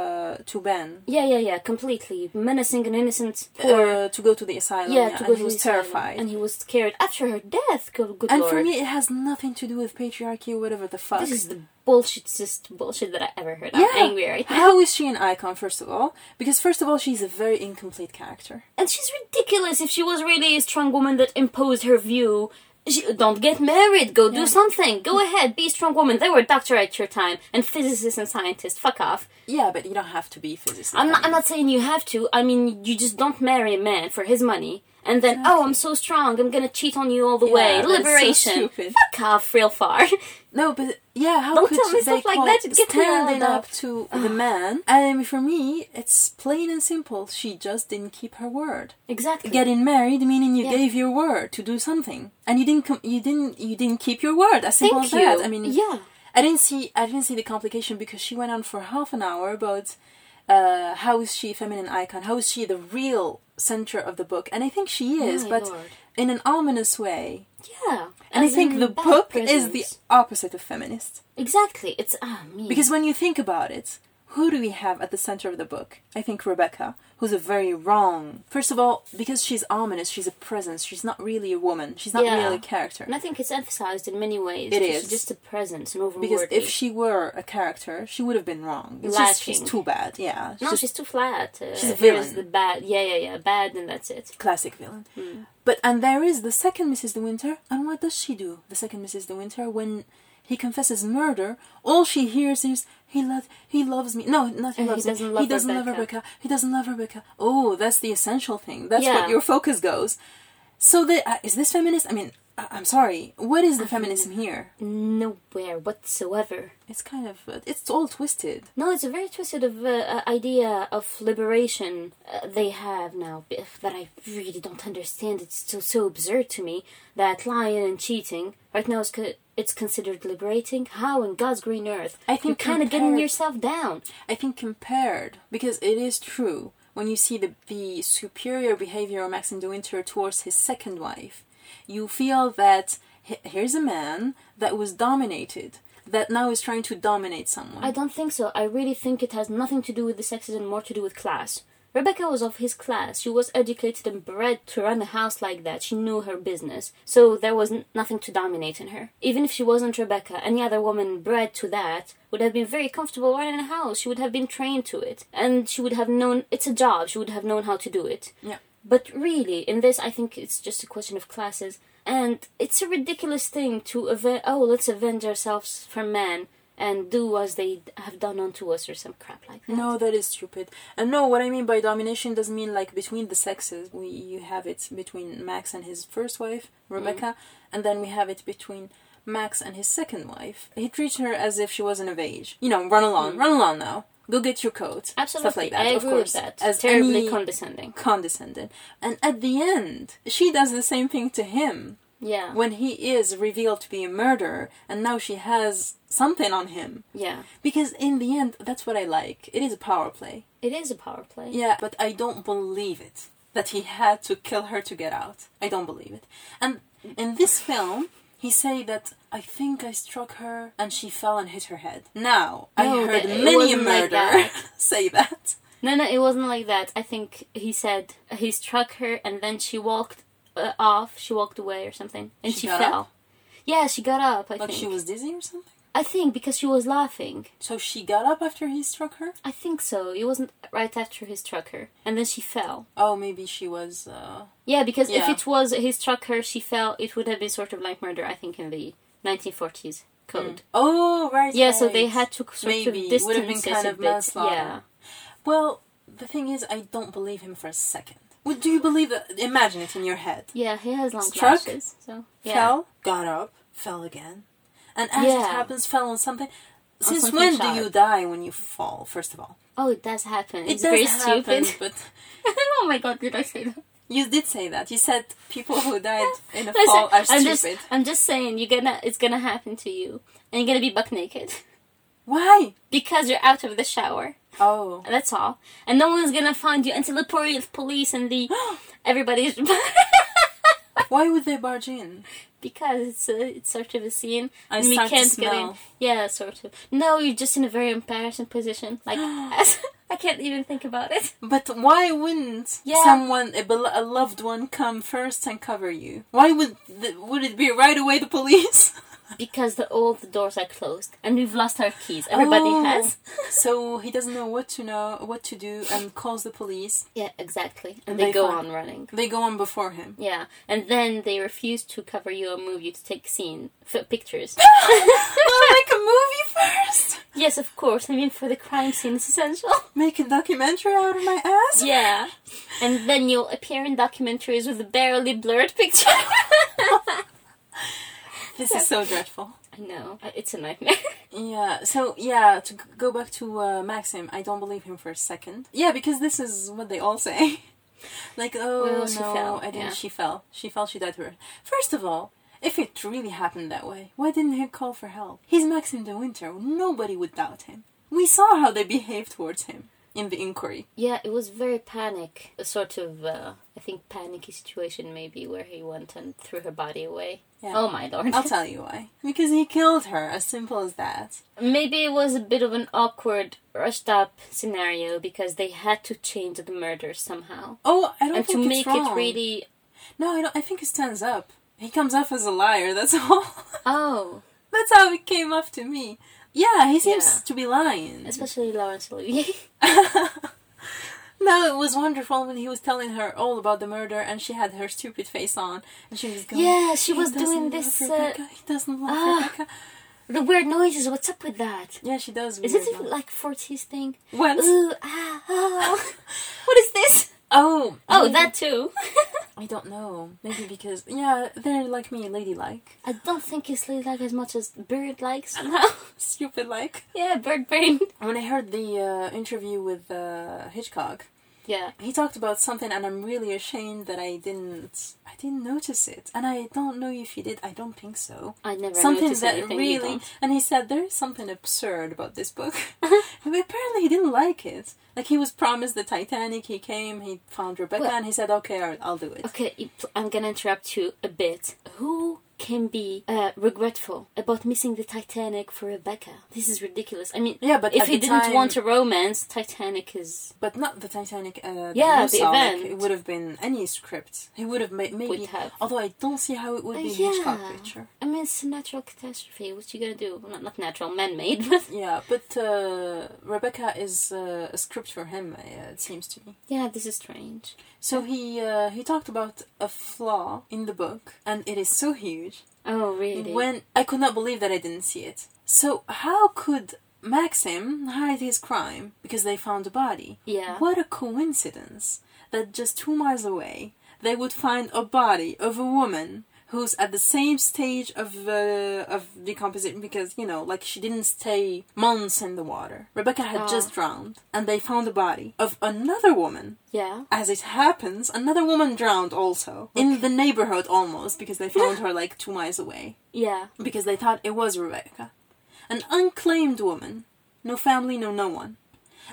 Speaker 1: to Ben.
Speaker 3: yeah, yeah, yeah, completely menacing an innocent poor.
Speaker 1: Uh, to go to the asylum,
Speaker 3: yeah, to go
Speaker 1: and
Speaker 3: to
Speaker 1: he was
Speaker 3: the asylum,
Speaker 1: terrified.
Speaker 3: and he was scared after her death. Good, good
Speaker 1: And
Speaker 3: lord.
Speaker 1: for me, it has nothing to do with patriarchy or whatever the fuck.
Speaker 3: this is the bullshitest bullshit that I ever heard.
Speaker 1: [laughs] yeah.
Speaker 3: I'm angry right now,
Speaker 1: How is she an icon, first of all? Because, first of all, she's a very incomplete character.
Speaker 3: and she's ridiculous. If she was really a strong woman that imposed her view. She, don't get married. Go do something. Go ahead. Be a strong woman. They were doctor at your time and physicists and scientists. Fuck off.
Speaker 1: Yeah, but you don't have to be physicist.
Speaker 3: I'm not, I'm not saying you have to. I mean, you just don't marry a man for his money. And then, oh, I'm so strong. I'm gonna cheat on you all the way.
Speaker 1: Yeah, that's so
Speaker 3: Liberation.
Speaker 1: stupid.
Speaker 3: Fuck off, real far. [laughs]
Speaker 1: No, but yeah, how
Speaker 3: Don't
Speaker 1: could
Speaker 3: tell me
Speaker 1: they
Speaker 3: stuff like
Speaker 1: call
Speaker 3: that, it gets me all
Speaker 1: standing
Speaker 3: up.
Speaker 1: up to the man? And for me, it's plain and simple. She just didn't keep her word.
Speaker 3: exactly.
Speaker 1: Getting married meaning you
Speaker 3: Yeah.
Speaker 1: gave your word to do something, and you didn't. Com- you didn't. You didn't keep your word. As simple
Speaker 3: Thank
Speaker 1: as that.
Speaker 3: you.
Speaker 1: I mean,
Speaker 3: yeah.
Speaker 1: I didn't see I didn't see the complication because she went on for half an hour about uh, how is she a feminine icon? How is she the real center of the book? And I think she is,
Speaker 3: My
Speaker 1: but
Speaker 3: lord.
Speaker 1: in an ominous way.
Speaker 3: Yeah.
Speaker 1: And
Speaker 3: As
Speaker 1: I think
Speaker 3: in
Speaker 1: the
Speaker 3: bad
Speaker 1: book is
Speaker 3: prisons.
Speaker 1: the opposite of feminist
Speaker 3: Exactly. It's ah me.
Speaker 1: because when you think about it. Who do we have at the center of the book? I think Rebecca, who's a very wrong. First of all, because she's ominous, she's a presence. She's not really a woman. She's not
Speaker 3: Yeah.
Speaker 1: really a character.
Speaker 3: and I think it's emphasized in many ways.
Speaker 1: It
Speaker 3: She's
Speaker 1: is.
Speaker 3: just a presence and overworthy.
Speaker 1: Because if she were a character, she would have been wrong. It's just she's
Speaker 3: Lacking.
Speaker 1: too bad. Yeah.
Speaker 3: no,
Speaker 1: just
Speaker 3: she's too flat. Uh,
Speaker 1: she's a
Speaker 3: here's
Speaker 1: villain.
Speaker 3: the bad. Yeah, yeah, yeah. Bad, and that's it.
Speaker 1: classic villain.
Speaker 3: Hmm.
Speaker 1: But and there is the second Mrs. De Winter, and what does she do? The second Mrs. De Winter, when he confesses murder, all she hears is he loves he loves me. No, not he
Speaker 3: And he
Speaker 1: loves me.
Speaker 3: doesn't love
Speaker 1: he doesn't love
Speaker 3: Rebecca.
Speaker 1: Rebecca. He doesn't love Rebecca. Oh, that's the essential thing. That's
Speaker 3: Yeah.
Speaker 1: what your focus goes. So the, uh, is this feminist? I mean, I, I'm sorry. What is the feminism here?
Speaker 3: Nowhere whatsoever.
Speaker 1: It's kind of uh, it's all twisted.
Speaker 3: No, it's a very twisted of, uh, uh, idea of liberation uh, they have now b- that I really don't understand. It's so so absurd to me that lying and cheating right now is co- it's considered liberating. How in God's green earth?
Speaker 1: I think
Speaker 3: you're kind of getting
Speaker 1: compared-
Speaker 3: yourself down.
Speaker 1: I think compared because it is true when you see the the superior behavior of Maxim de Winter towards his second wife, you feel that he- here's a man that was dominated that now is trying to dominate someone.
Speaker 3: I don't think so. I really think it has nothing to do with the sexes and more to do with class. Rebecca was of his class. She was educated and bred to run a house like that. She knew her business. So there was n- nothing to dominate in her. Even if she wasn't Rebecca, any other woman bred to that would have been very comfortable running a house. She would have been trained to it. And she would have known it's a job. She would have known how to do it.
Speaker 1: yeah.
Speaker 3: But really, in this, I think it's just a question of classes, and it's a ridiculous thing to aven- oh, let's avenge ourselves from men and do as they have done unto us or some crap like that.
Speaker 1: No, that is stupid. And no, what I mean by domination doesn't mean like between the sexes. We you have it between Max and his first wife, Rebecca,
Speaker 3: Mm-hmm.
Speaker 1: and then we have it between Max and his second wife. He treats her as if she wasn't of age. You know, run along, run along now. Go get your coat.
Speaker 3: Mm. absolutely,
Speaker 1: Stuff like
Speaker 3: I
Speaker 1: that,
Speaker 3: agree
Speaker 1: of course.
Speaker 3: with that.
Speaker 1: As
Speaker 3: terribly
Speaker 1: any
Speaker 3: condescending.
Speaker 1: condescending. And at the end, she does the same thing to him
Speaker 3: Yeah,
Speaker 1: when he is revealed to be a murderer, and now she has something on him.
Speaker 3: yeah,
Speaker 1: Because in the end, that's what I like. It is a power play.
Speaker 3: it is a power play.
Speaker 1: Yeah, but I don't believe it that he had to kill her to get out. I don't believe it. And in this film, he say that I think I struck her and she fell and hit her head. Now I
Speaker 3: No,
Speaker 1: heard
Speaker 3: that- it
Speaker 1: many a
Speaker 3: wasn't like
Speaker 1: murderer
Speaker 3: that.
Speaker 1: [laughs] say that.
Speaker 3: No, no, it wasn't like that. I think he said he struck her and then she walked uh, off. She walked away or something, and
Speaker 1: She
Speaker 3: she,
Speaker 1: got
Speaker 3: fell.
Speaker 1: up?
Speaker 3: Yeah, she got up. I
Speaker 1: Like
Speaker 3: think.
Speaker 1: she was dizzy or something.
Speaker 3: I think because she was laughing.
Speaker 1: So she got up after he struck her.
Speaker 3: I think so. It wasn't right after he struck her, and then she fell.
Speaker 1: Oh, maybe she was. Uh...
Speaker 3: Yeah, because if
Speaker 1: Yeah.
Speaker 3: it was he struck her, she fell. It would have been sort of like murder, I think, in the 1940s code.
Speaker 1: Oh right.
Speaker 3: Yeah, so they
Speaker 1: right.
Speaker 3: had to sort
Speaker 1: Maybe.
Speaker 3: of
Speaker 1: It would have
Speaker 3: distance
Speaker 1: been
Speaker 3: us
Speaker 1: kind
Speaker 3: a
Speaker 1: of
Speaker 3: bit.
Speaker 1: manslaughter.
Speaker 3: Yeah,
Speaker 1: Well, the thing is, I don't believe him for a second. Would do you believe that? Imagine it in your head.
Speaker 3: yeah, he has long
Speaker 1: Struck,
Speaker 3: lashes, so yeah.
Speaker 1: fell, got up, fell again, and as it
Speaker 3: Yeah.
Speaker 1: happens, fell on something. Since
Speaker 3: something
Speaker 1: when
Speaker 3: sharp.
Speaker 1: do you die when you fall? First of all,
Speaker 3: Oh, it does happen.
Speaker 1: it
Speaker 3: it's
Speaker 1: does
Speaker 3: very
Speaker 1: happen,
Speaker 3: stupid. [laughs]
Speaker 1: but
Speaker 3: oh my god, did I say that?
Speaker 1: you did say that. You said people who died Oh,
Speaker 3: [laughs]
Speaker 1: in a
Speaker 3: Listen,
Speaker 1: fall are
Speaker 3: I'm
Speaker 1: stupid.
Speaker 3: just, I'm just saying, you're gonna, it's gonna happen to you, and you're gonna be buck naked [laughs]
Speaker 1: Why?
Speaker 3: because you're out of the shower.
Speaker 1: Oh, [gasps]
Speaker 3: That's all. And no one's gonna find you until the poli- police and the everybody's.
Speaker 1: Why would they barge in?
Speaker 3: [laughs] because it's a, it's sort of a scene
Speaker 2: I
Speaker 3: and we
Speaker 2: start to
Speaker 3: can't get in.
Speaker 2: smell.
Speaker 3: Yeah, sort of. No, you're just in a very embarrassing position. Like I can't even think about it.
Speaker 1: But why wouldn't
Speaker 3: Yeah.
Speaker 1: someone, a, bel- a loved one, come first and cover you? Why would th- would it be right away the police? [laughs]
Speaker 3: Because the, all the doors are closed and we've lost our keys. Everybody
Speaker 1: Oh.
Speaker 3: has. [laughs]
Speaker 1: so he doesn't know what to know, what to do, and calls the police.
Speaker 3: Yeah, exactly. And,
Speaker 1: And
Speaker 3: they,
Speaker 1: they
Speaker 3: go
Speaker 1: find-
Speaker 3: on running.
Speaker 1: They go on before [laughs] him.
Speaker 3: Yeah, and then they refuse to cover you or move you to take scene
Speaker 1: [laughs]
Speaker 3: f- pictures.
Speaker 1: oh, make a movie first.
Speaker 3: yes, of course. I mean, for the crime scene, it's essential. [laughs]
Speaker 1: Make a documentary out of my ass.
Speaker 3: yeah, and then you'll appear in documentaries with a barely blurred picture. [laughs]
Speaker 1: This is so dreadful.
Speaker 3: I know it's a nightmare.
Speaker 1: Yeah, so yeah, to g- go back to uh, Maxim, I don't believe him for a second. Yeah, because this is what they all say. [laughs] like, oh
Speaker 3: Well,
Speaker 1: no,
Speaker 3: she fell,
Speaker 1: I didn't.
Speaker 3: yeah.
Speaker 1: She fell. She fell. She died. Her. First of all, if it really happened that way, why didn't he call for help? He's Maxim de Winter. Nobody would doubt him. We saw how they behaved towards him in the inquiry.
Speaker 3: [laughs] Yeah, it was very panic, a sort of uh, I think panicky situation maybe where he went and threw her body away.
Speaker 1: Yeah.
Speaker 3: Oh my lord!
Speaker 1: I'll tell you why. Because he killed her. As simple as that.
Speaker 3: [laughs] Maybe it was a bit of an awkward, rushed up scenario because they had to change the murder somehow.
Speaker 1: Oh, I don't
Speaker 3: And to
Speaker 1: think
Speaker 3: make
Speaker 1: it's wrong.
Speaker 3: it really
Speaker 1: No, I don't. I think he stands up. He comes off as a liar. That's [laughs] all.
Speaker 3: oh,
Speaker 1: That's how it came off to me. Yeah, he seems
Speaker 3: Yeah.
Speaker 1: to be lying.
Speaker 3: especially Laurence Olivier. [laughs]
Speaker 1: [laughs] no, it was wonderful when he was telling her all about the murder and she had her stupid face on and she was going,
Speaker 3: yeah, she
Speaker 1: "He
Speaker 3: was
Speaker 1: doesn't
Speaker 3: doing
Speaker 1: love
Speaker 3: this. Uh,
Speaker 1: Rebecca. he doesn't love
Speaker 3: ah.
Speaker 1: Rebecca.
Speaker 3: the weird noises. What's up with that?
Speaker 1: Yeah, she does.
Speaker 3: Is
Speaker 1: weird
Speaker 3: it
Speaker 1: ones.
Speaker 3: like forties thing?
Speaker 1: Once-
Speaker 3: [laughs] Ooh ah, ah. [laughs] What is this?
Speaker 1: Oh,
Speaker 3: Oh,
Speaker 1: maybe-
Speaker 3: that [laughs] too.
Speaker 1: I don't know. Maybe because yeah, they're like me, ladylike,
Speaker 3: I don't think it's like as much as bird like somehow.
Speaker 1: stupid like.
Speaker 3: [laughs] yeah, bird brain.
Speaker 1: When I heard the uh, interview with uh, Hitchcock,
Speaker 3: Yeah.
Speaker 1: he talked about something and i'm really ashamed that i didn't i didn't notice it and i don't know if he did i don't think so
Speaker 3: I never
Speaker 1: something
Speaker 3: noticed
Speaker 1: that
Speaker 3: anything you
Speaker 1: really
Speaker 3: don't.
Speaker 1: and he said there is something absurd about this
Speaker 3: [laughs]
Speaker 1: book And apparently he didn't like it like he was promised the titanic he came he found rebecca
Speaker 3: Well-
Speaker 1: and he said okay all right, i'll do it
Speaker 3: Okay, you pl- I'm gonna interrupt you a bit. Who can be uh, regretful about missing the Titanic for Rebecca? This is ridiculous. I mean,
Speaker 1: Yeah, but
Speaker 3: if
Speaker 1: at
Speaker 3: he
Speaker 1: the
Speaker 3: didn't
Speaker 1: time-
Speaker 3: want a romance, Titanic is
Speaker 1: but not the titanic uh,
Speaker 3: Yeah,
Speaker 1: you
Speaker 3: the
Speaker 1: saw, like,
Speaker 3: event.
Speaker 1: it would have been any script he would have made maybe
Speaker 3: Would have.
Speaker 1: although i don't see how it would
Speaker 3: Uh,
Speaker 1: be
Speaker 3: yeah.
Speaker 1: a hitchcock picture
Speaker 3: I mean, it's a natural catastrophe. What you gonna do? Not not natural, man-made. [laughs] But
Speaker 1: yeah, but uh, Rebecca is uh, a script for him. Uh, it seems to me.
Speaker 3: yeah, this is strange.
Speaker 1: So he uh, he talked about a flaw in the book, and it is so huge.
Speaker 3: Oh really?
Speaker 1: When I could not believe that I didn't see it. So how could Maxim hide his crime because they found a body?
Speaker 3: Yeah.
Speaker 1: What a coincidence that just two miles away they would find a body of a woman who's at the same stage of uh, of decomposition because you know like she didn't stay months in the water. Rebecca had
Speaker 3: Ah.
Speaker 1: just drowned, and they found the body of another woman
Speaker 3: yeah.
Speaker 1: as it happens, another woman drowned also. In the neighborhood almost, because they found her like two miles away.
Speaker 3: Yeah.
Speaker 1: Because they thought it was Rebecca. An unclaimed woman. No family, no no one.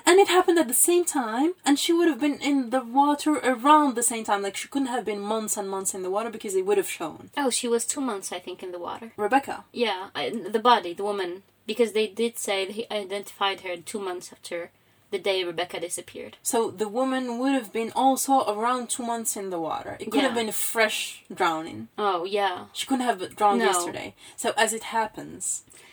Speaker 1: And it happened at the same time, and she would have been in the water around the same time. Like, she couldn't have been months and months in the water because it would have shown.
Speaker 3: Oh, she was two months, I think, in the water.
Speaker 1: Rebecca.
Speaker 3: Yeah, I, the body, the woman, because they did say they identified her two months after the day Rebecca disappeared.
Speaker 1: So the woman would have been also around two months in the water. It could have
Speaker 3: Yeah.
Speaker 1: been a fresh drowning.
Speaker 3: Oh yeah.
Speaker 1: She couldn't have drowned
Speaker 3: No.
Speaker 1: yesterday. So as it happens,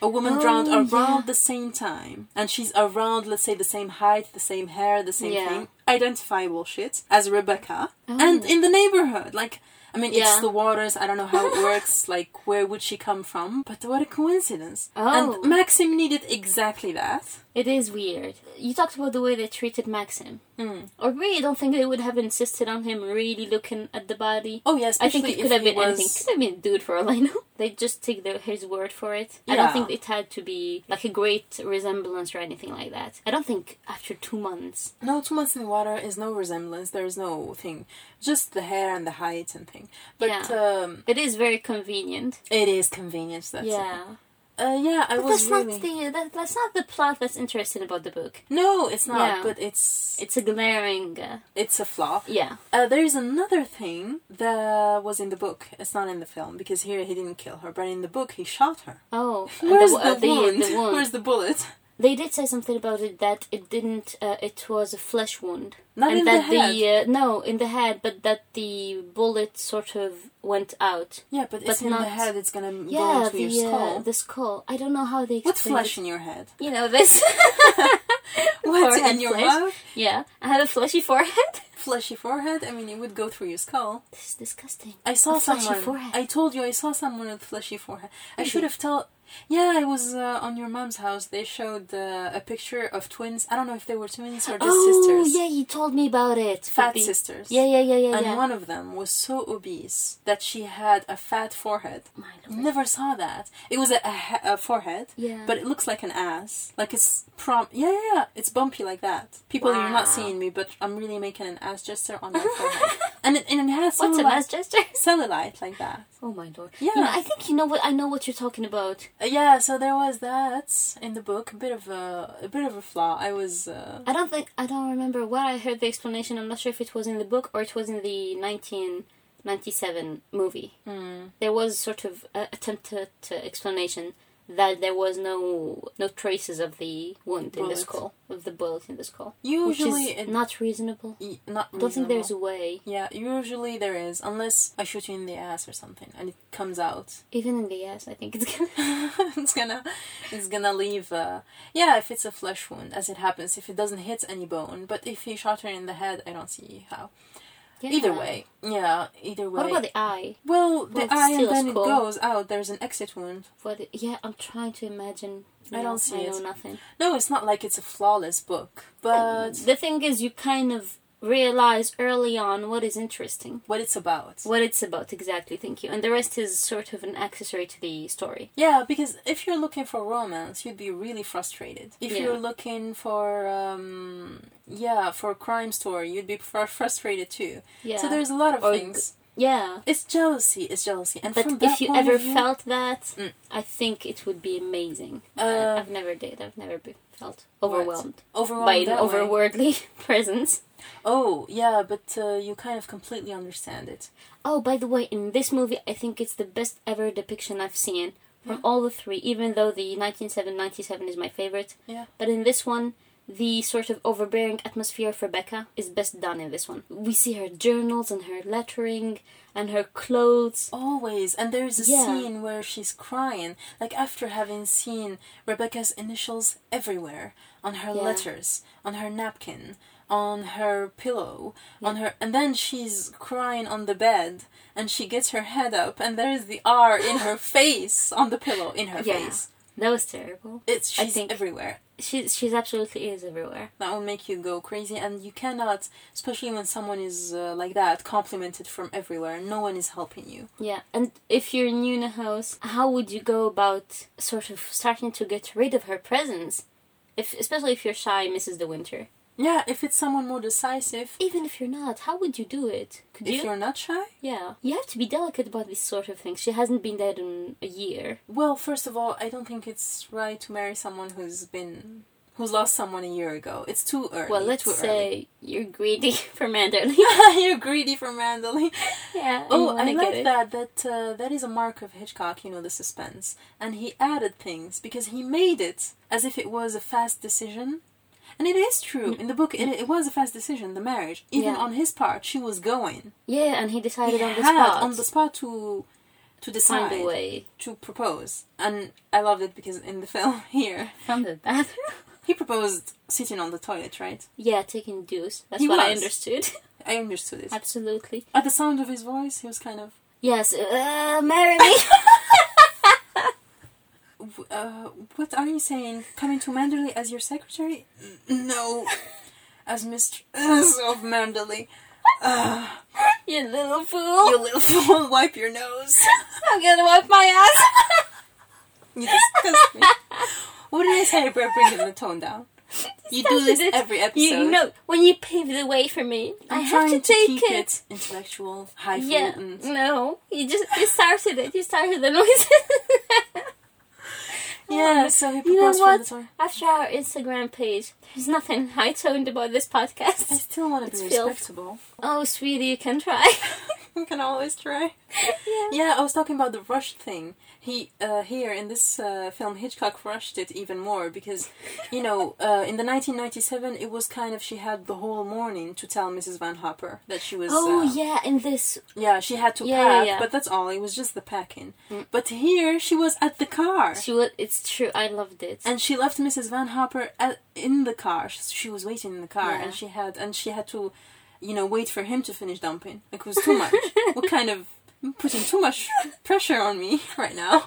Speaker 1: a woman
Speaker 3: Oh,
Speaker 1: drowned around
Speaker 3: yeah.
Speaker 1: the same time, and she's around, let's say, the same height, the same hair, the same
Speaker 3: Yeah. Oh.
Speaker 1: thing, identifiable shit as Rebecca, and in the neighborhood, like. I mean, it's
Speaker 3: Yeah.
Speaker 1: the waters. I don't know how it
Speaker 3: [laughs]
Speaker 1: works. like, where would she come from? But what a coincidence!
Speaker 3: Oh.
Speaker 1: And Maxim needed exactly that.
Speaker 3: It is weird. You talked about the way they treated Maxim. Mm. I really don't think they would have insisted on him really looking at the body.
Speaker 1: Oh yes,
Speaker 3: I think it could have been
Speaker 1: was...
Speaker 3: anything. Could have been a dude for all I know. [laughs] They just take their, his word for it. I
Speaker 1: Yeah.
Speaker 3: don't think it had to be like a great resemblance or anything like that. I don't think after two months.
Speaker 1: No, two months in the water is no resemblance. There is no thing, just the hair and the height and thing. But
Speaker 3: Yeah.
Speaker 1: um,
Speaker 3: It is very convenient.
Speaker 1: it is convenience. That's it.
Speaker 3: yeah.
Speaker 1: Uh, yeah, I
Speaker 3: But
Speaker 1: was
Speaker 3: that's
Speaker 1: really
Speaker 3: not the that, that's not the plot that's interesting about the book.
Speaker 1: no, it's not.
Speaker 3: Yeah.
Speaker 1: But it's
Speaker 3: It's a glaring uh,
Speaker 1: it's a flaw.
Speaker 3: yeah.
Speaker 1: Uh, there is another thing that was in the book. It's not in the film because here he didn't kill her, but in the book he shot her.
Speaker 3: Oh, uh,
Speaker 1: Where's the,
Speaker 3: uh,
Speaker 1: wound?
Speaker 3: the
Speaker 1: [laughs]
Speaker 3: wound.
Speaker 1: Where's the bullet?
Speaker 3: They did say something about it that it didn't. Uh, it was a flesh wound,
Speaker 1: Not
Speaker 3: and
Speaker 1: in
Speaker 3: that
Speaker 1: the head.
Speaker 3: uh, no in the Oh, head, but that the bullet sort of went out.
Speaker 1: yeah, but,
Speaker 3: but
Speaker 1: it's in the
Speaker 3: not-
Speaker 1: head. It's gonna go
Speaker 3: Yeah,
Speaker 1: into your
Speaker 3: the
Speaker 1: skull.
Speaker 3: uh, the skull. I don't know how they
Speaker 1: What's
Speaker 3: explained
Speaker 1: flesh in your
Speaker 3: [laughs]
Speaker 1: head?
Speaker 3: it. You know this.
Speaker 1: [laughs] What's
Speaker 3: Forehead
Speaker 1: in your
Speaker 3: flesh.
Speaker 1: mouth?
Speaker 3: Yeah, I had a fleshy forehead. [laughs]
Speaker 1: Fleshy forehead. I mean, it would go through your skull.
Speaker 3: This is disgusting.
Speaker 1: I saw
Speaker 3: A fleshy
Speaker 1: someone.
Speaker 3: forehead.
Speaker 1: I told you I saw someone with fleshy forehead. I
Speaker 3: Did
Speaker 1: should
Speaker 3: you?
Speaker 1: have told. Yeah, I was uh, on your mom's house. They showed uh, a picture of twins. I don't know if they were twins or just
Speaker 3: oh
Speaker 1: sisters.
Speaker 3: yeah, you told me about it.
Speaker 1: Fat
Speaker 3: Would be-
Speaker 1: sisters.
Speaker 3: Yeah, yeah, yeah, yeah,
Speaker 1: and
Speaker 3: yeah.
Speaker 1: one of them was so obese that she had a fat forehead.
Speaker 3: My lord.
Speaker 1: Never saw that. It was a, a, he- a forehead,
Speaker 3: Yeah.
Speaker 1: but it looks like an ass. Like it's prom. Yeah, yeah, yeah. It's bumpy like that. People, you're not
Speaker 3: Wow.
Speaker 1: seeing me, but I'm really making an ass gesture on my
Speaker 3: [laughs]
Speaker 1: forehead. And it, and it has
Speaker 3: What's a
Speaker 1: cellulite-
Speaker 3: nice
Speaker 1: [laughs]
Speaker 3: gesture?
Speaker 1: cellulite like that.
Speaker 3: Oh my lord.
Speaker 1: Yeah.
Speaker 3: You know, I think you know what I know what you're talking about.
Speaker 1: Uh, yeah, so there was that in the book. A bit of a, a bit of a flaw. I was. Uh,
Speaker 3: I don't think I don't remember where I heard the explanation. I'm not sure if it was in the book or it was in the 1997 movie.
Speaker 1: hmm.
Speaker 3: There was sort of uh, attempted uh, explanation that there was no no traces of the wound in the
Speaker 1: Bullet.
Speaker 3: skull of the bullet in the skull,
Speaker 1: usually,
Speaker 3: which is
Speaker 1: it,
Speaker 3: not reasonable.
Speaker 1: y- not.
Speaker 3: I don't think
Speaker 1: reasonable.
Speaker 3: there's a way,
Speaker 1: Yeah, usually there is, unless I shoot you in the ass or something, and it comes out. [laughs]
Speaker 3: even in the ass. I think it's gonna.
Speaker 1: it's gonna, it's gonna leave. Uh, yeah, if it's a flesh wound, as it happens, if it doesn't hit any bone, but if he shot her in the head, I don't see how. Either
Speaker 3: Yeah.
Speaker 1: way, yeah, either way.
Speaker 3: What about the eye?
Speaker 1: Well,
Speaker 3: Well,
Speaker 1: the
Speaker 3: it's
Speaker 1: eye, and
Speaker 3: still a
Speaker 1: then it
Speaker 3: skull.
Speaker 1: goes out. There's an exit wound.
Speaker 3: What? yeah, I'm trying to imagine.
Speaker 1: I
Speaker 3: No,
Speaker 1: don't see
Speaker 3: I know
Speaker 1: it.
Speaker 3: nothing.
Speaker 1: No, it's not like it's a flawless book, but
Speaker 3: the thing is, you kind of realize early on what is interesting.
Speaker 1: what it's about.
Speaker 3: what it's about exactly thank you and the rest is sort of an accessory to the story
Speaker 1: Yeah, because if you're looking for romance, you'd be really frustrated. If
Speaker 3: Yeah.
Speaker 1: you're looking for, um, yeah, for a crime story, you'd be fr- frustrated too.
Speaker 3: yeah
Speaker 1: So there's a lot of
Speaker 3: Or
Speaker 1: things.
Speaker 3: yeah
Speaker 1: It's jealousy. It's jealousy. And
Speaker 3: but
Speaker 1: from
Speaker 3: if
Speaker 1: that
Speaker 3: you
Speaker 1: point
Speaker 3: ever
Speaker 1: of view,
Speaker 3: felt that
Speaker 1: Mm.
Speaker 3: i think it would be amazing
Speaker 1: Uh,
Speaker 3: i've never did i've never been felt overwhelmed
Speaker 1: overwhelmed
Speaker 3: by an
Speaker 1: that way-
Speaker 3: overworldly [laughs] presence
Speaker 1: Oh yeah, but uh, you kind of completely understand it.
Speaker 3: oh by the way in this movie i think it's the best ever depiction i've seen from all the three even though the 1997 is my favorite
Speaker 1: Yeah.
Speaker 3: But in this one, the sort of overbearing atmosphere of Rebecca is best done in this one. We see her journals and her lettering and her clothes.
Speaker 1: Always. And there's a
Speaker 3: Yeah.
Speaker 1: scene where she's crying, like after having seen Rebecca's initials everywhere on her
Speaker 3: Yeah.
Speaker 1: letters, on her napkin, on her pillow, on her. And then she's crying on the bed and she gets her head up and there's the R in
Speaker 3: [laughs]
Speaker 1: her face, on the pillow, in her
Speaker 3: Yeah.
Speaker 1: face.
Speaker 3: That was terrible.
Speaker 1: It's
Speaker 3: I
Speaker 1: she's
Speaker 3: think-
Speaker 1: everywhere.
Speaker 3: She she's absolutely is everywhere.
Speaker 1: That will make you go crazy, and you cannot, especially when someone is uh, like that, complimented from everywhere. No one is helping you.
Speaker 3: Yeah. And if you're new in a house, how would you go about sort of starting to get rid of her presence? If especially if you're shy, Mrs. De Winter.
Speaker 1: Yeah, if it's someone more decisive,
Speaker 3: Even if you're not, how would you do it? Could
Speaker 1: if
Speaker 3: you?
Speaker 1: you're not shy,
Speaker 3: Yeah. You have to be delicate about these sort of things. She hasn't been dead in a year.
Speaker 1: Well, first of all, I don't think it's right to marry someone who's been who's lost someone a year ago. It's too early.
Speaker 3: Well, let's
Speaker 1: too
Speaker 3: say
Speaker 1: [laughs]
Speaker 3: you're greedy [laughs] for Manderley.
Speaker 1: early. you're greedy for
Speaker 3: [laughs]
Speaker 1: Manderley.
Speaker 3: yeah.
Speaker 1: Oh, I like that. That uh, that is a mark of Hitchcock. You know the suspense, and he added things because he made it as if it was a fast decision, and it is true in the book. It, it was a fast decision. The marriage, even
Speaker 3: Mm. Yeah.
Speaker 1: on his part, she was going.
Speaker 3: Yeah, and he decided
Speaker 1: He
Speaker 3: on the
Speaker 1: had
Speaker 3: spot.
Speaker 1: on the spot to to decide
Speaker 3: find a way
Speaker 1: to propose, and I loved it because in the [laughs] film here
Speaker 3: from the
Speaker 1: [laughs]
Speaker 3: bathroom.
Speaker 1: He proposed sitting on the toilet, right?
Speaker 3: yeah, taking deuce. That's
Speaker 1: He
Speaker 3: what I
Speaker 1: was. [laughs]
Speaker 3: understood.
Speaker 1: I understood it.
Speaker 3: Absolutely.
Speaker 1: At the sound of his voice, he was kind of.
Speaker 3: Yes. Uh, marry me.
Speaker 1: "W- Uh, what are you saying? Coming to Manderley as your secretary? N-
Speaker 3: [laughs]
Speaker 1: No. As mistress [laughs] of Manderley. Uh,
Speaker 3: [laughs]
Speaker 1: [laughs]
Speaker 3: you little fool.
Speaker 1: you little fool, wipe your nose.
Speaker 3: [laughs]
Speaker 1: [laughs]
Speaker 3: I'm gonna wipe my ass.
Speaker 1: You disgust me. What did I say about bringing the tone down? [laughs] You do this
Speaker 3: It-
Speaker 1: every episode.
Speaker 3: You know, when you pave the way for me, i
Speaker 1: I'm
Speaker 3: have
Speaker 1: trying
Speaker 3: to take
Speaker 1: keep
Speaker 3: it.
Speaker 1: it intellectual, highfalutin.
Speaker 3: Yeah. No, you just you started it. You started the noises.
Speaker 1: yeah, so he
Speaker 3: You know
Speaker 1: proposed from
Speaker 3: what?
Speaker 1: the door.
Speaker 3: [laughs] After our Instagram page, there's nothing high toned about this
Speaker 1: I
Speaker 3: podcast.
Speaker 1: still want to
Speaker 3: It's
Speaker 1: be
Speaker 3: filth. [laughs]
Speaker 1: respectable.
Speaker 3: Oh, sweetie, you can try. [laughs]
Speaker 1: We can always try. Yeah. I was talking about the rush thing. He uh, here in this uh, film Hitchcock rushed it even more because, you know, uh, in the 1997 it was kind of she had the whole morning to tell Mrs. Van Hopper that she was.
Speaker 3: oh,
Speaker 1: uh,
Speaker 3: yeah, and this.
Speaker 1: Yeah, she had to
Speaker 3: Yeah, yeah,
Speaker 1: pack,
Speaker 3: yeah. Mm.
Speaker 1: but that's all. It was just the packing. But here she was at the car.
Speaker 3: She was, it's true, I loved it.
Speaker 1: and she left Mrs. Van Hopper at, in the car. She, she was waiting in the car,
Speaker 3: Yeah.
Speaker 1: and she had and she had to, you know, wait for him to finish dumping. Like it was too much. what kind of you're putting too much pressure on me [laughs] right now?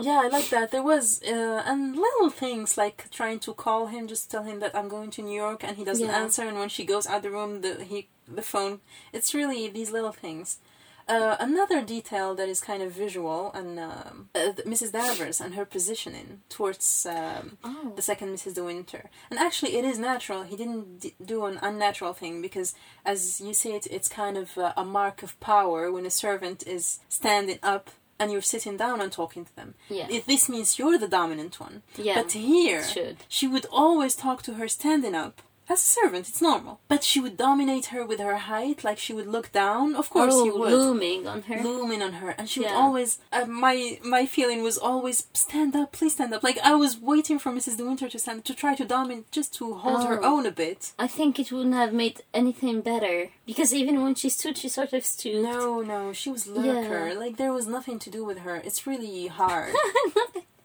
Speaker 1: Yeah, I like that. There was uh, and little things like trying to call him, just tell him that I'm going to New York, and he doesn't
Speaker 3: Yeah.
Speaker 1: answer. And when she goes out the room, the he the phone. It's really these little things. Uh, another detail that is kind of visual and um, uh, Mrs. Danvers and her positioning towards um,
Speaker 3: Oh.
Speaker 1: the second Mrs. De Winter. And actually, it is natural. He didn't d- do an unnatural thing because, as you see it, it's kind of uh, a mark of power when a servant is standing up and you're sitting down and talking to them.
Speaker 3: Yeah.
Speaker 1: It, this means you're the dominant one.
Speaker 3: Yeah,
Speaker 1: But here,
Speaker 3: it should.
Speaker 1: she would always talk to her standing up. As a servant, it's normal. But she would dominate her with her height, like she would look down. Of course,
Speaker 3: oh,
Speaker 1: you would
Speaker 3: looming on her.
Speaker 1: looming on her and she would
Speaker 3: Yeah.
Speaker 1: always uh, my my feeling was always stand up please stand up like i was waiting for mrs de winter to stand to try to dominate just to hold her
Speaker 3: Oh.
Speaker 1: own a bit
Speaker 3: I think it wouldn't have made anything better because even when she stood, she sort of stooped. [laughs]
Speaker 1: no no she was lurker
Speaker 3: Yeah.
Speaker 1: like there was nothing to do with her it's really [laughs] hard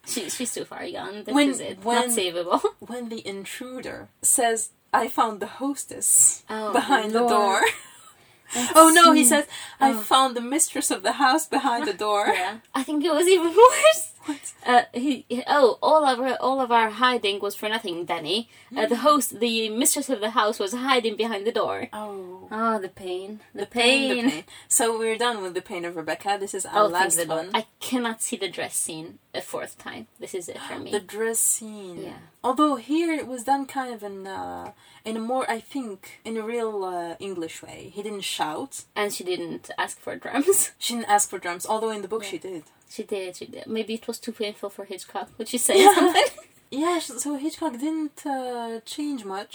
Speaker 3: She, she's too far gone. This
Speaker 1: When-
Speaker 3: is it.
Speaker 1: when-
Speaker 3: Not savable.
Speaker 1: when the intruder says i found the hostess
Speaker 3: Oh,
Speaker 1: behind the
Speaker 3: Lord.
Speaker 1: door [laughs]
Speaker 3: [laughs]
Speaker 1: oh no he says i found the mistress of the house behind the [laughs] door
Speaker 3: Yeah, I think it was even [laughs] worse.
Speaker 1: What?
Speaker 3: Uh, he, he- oh, all of our, all of our hiding was for nothing, Danny. Uh,
Speaker 1: Hmm.
Speaker 3: the host, the mistress of the house, was hiding behind the door.
Speaker 1: oh
Speaker 3: Oh, the pain, the,
Speaker 1: pain,
Speaker 3: pain.
Speaker 1: the pain. So we're done with the pain of Rebecca. This is our
Speaker 3: Oh, thank
Speaker 1: last
Speaker 3: the Lord.
Speaker 1: one.
Speaker 3: I cannot see the dress scene a fourth time. This is it
Speaker 1: [gasps]
Speaker 3: for me.
Speaker 1: The dress scene.
Speaker 3: Yeah.
Speaker 1: Although here it was done kind of in uh, in a more I think in a real uh, English way. He didn't shout.
Speaker 3: and she didn't ask for drums. [laughs]
Speaker 1: She didn't ask for drums. Although in the book she did.
Speaker 3: She did. She did. Maybe it was too painful for Hitchcock. Would she say
Speaker 1: [laughs] Yeah.
Speaker 3: something?
Speaker 1: Yeah. sh- So Hitchcock didn't uh, change much.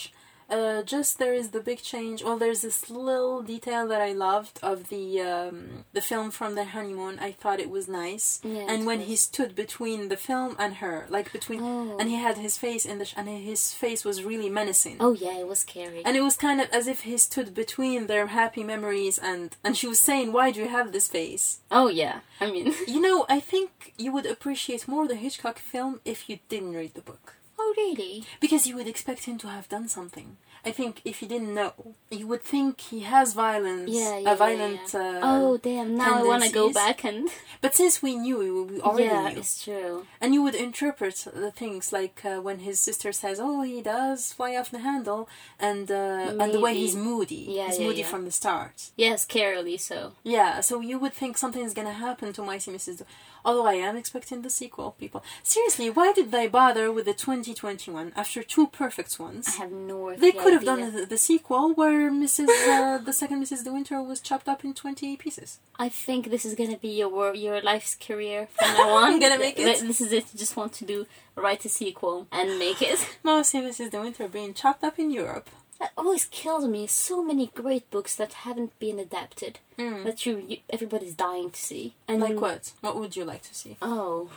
Speaker 1: Uh, just there is the big change. Well, there's this little detail that I loved of the um, the film from their honeymoon. I thought it was nice.
Speaker 3: Yeah,
Speaker 1: and
Speaker 3: it
Speaker 1: when
Speaker 3: was.
Speaker 1: he stood between the film and her, like between,
Speaker 3: Oh.
Speaker 1: and he had his face in the sh- and his face was really menacing.
Speaker 3: Oh yeah, it was scary.
Speaker 1: and it was kind of as if he stood between their happy memories and and she was saying why do you have this face
Speaker 3: oh yeah. I mean.
Speaker 1: [laughs] you know i think you would appreciate more the hitchcock film if you didn't read the book
Speaker 3: [laughs] Oh really?
Speaker 1: because you would expect him to have done something i think if you didn't know you would think he has violence
Speaker 3: Yeah, yeah.
Speaker 1: a
Speaker 3: yeah,
Speaker 1: violent
Speaker 3: yeah.
Speaker 1: Uh,
Speaker 3: oh damn! Now I want to go
Speaker 1: tendencies.
Speaker 3: back and.
Speaker 1: but since we knew we, we already
Speaker 3: [laughs] yeah,
Speaker 1: knew
Speaker 3: it's true.
Speaker 1: and you would interpret the things like uh, when his sister says, "Oh, he does fly off the handle," and uh, and the way
Speaker 3: Maybe.
Speaker 1: he's moody,
Speaker 3: Yeah,
Speaker 1: he's
Speaker 3: yeah,
Speaker 1: moody
Speaker 3: yeah.
Speaker 1: from the start.
Speaker 3: Yes, scarily so.
Speaker 1: Yeah, so you would think something's gonna happen to Mighty Mrs. Do- Although I am expecting the sequel, people. Seriously, why did they bother with the 2021 after two perfect
Speaker 3: I
Speaker 1: ones?
Speaker 3: have no earthly
Speaker 1: They could have
Speaker 3: idea.
Speaker 1: done the, the sequel where Mrs. Uh, the second Mrs. De Winter was chopped up in 20 pieces.
Speaker 3: I think this is gonna be your wor- your life's career from now on. [laughs]
Speaker 1: I'm gonna make it.
Speaker 3: Th- This is it. You just want to do write a sequel and make it. [laughs]
Speaker 1: Now I see Mrs. De Winter being chopped up in Europe.
Speaker 3: That always kills me. So many great books that haven't been adapted that you, you everybody's dying to see. And
Speaker 1: Like what? What would you like to see?
Speaker 3: Oh,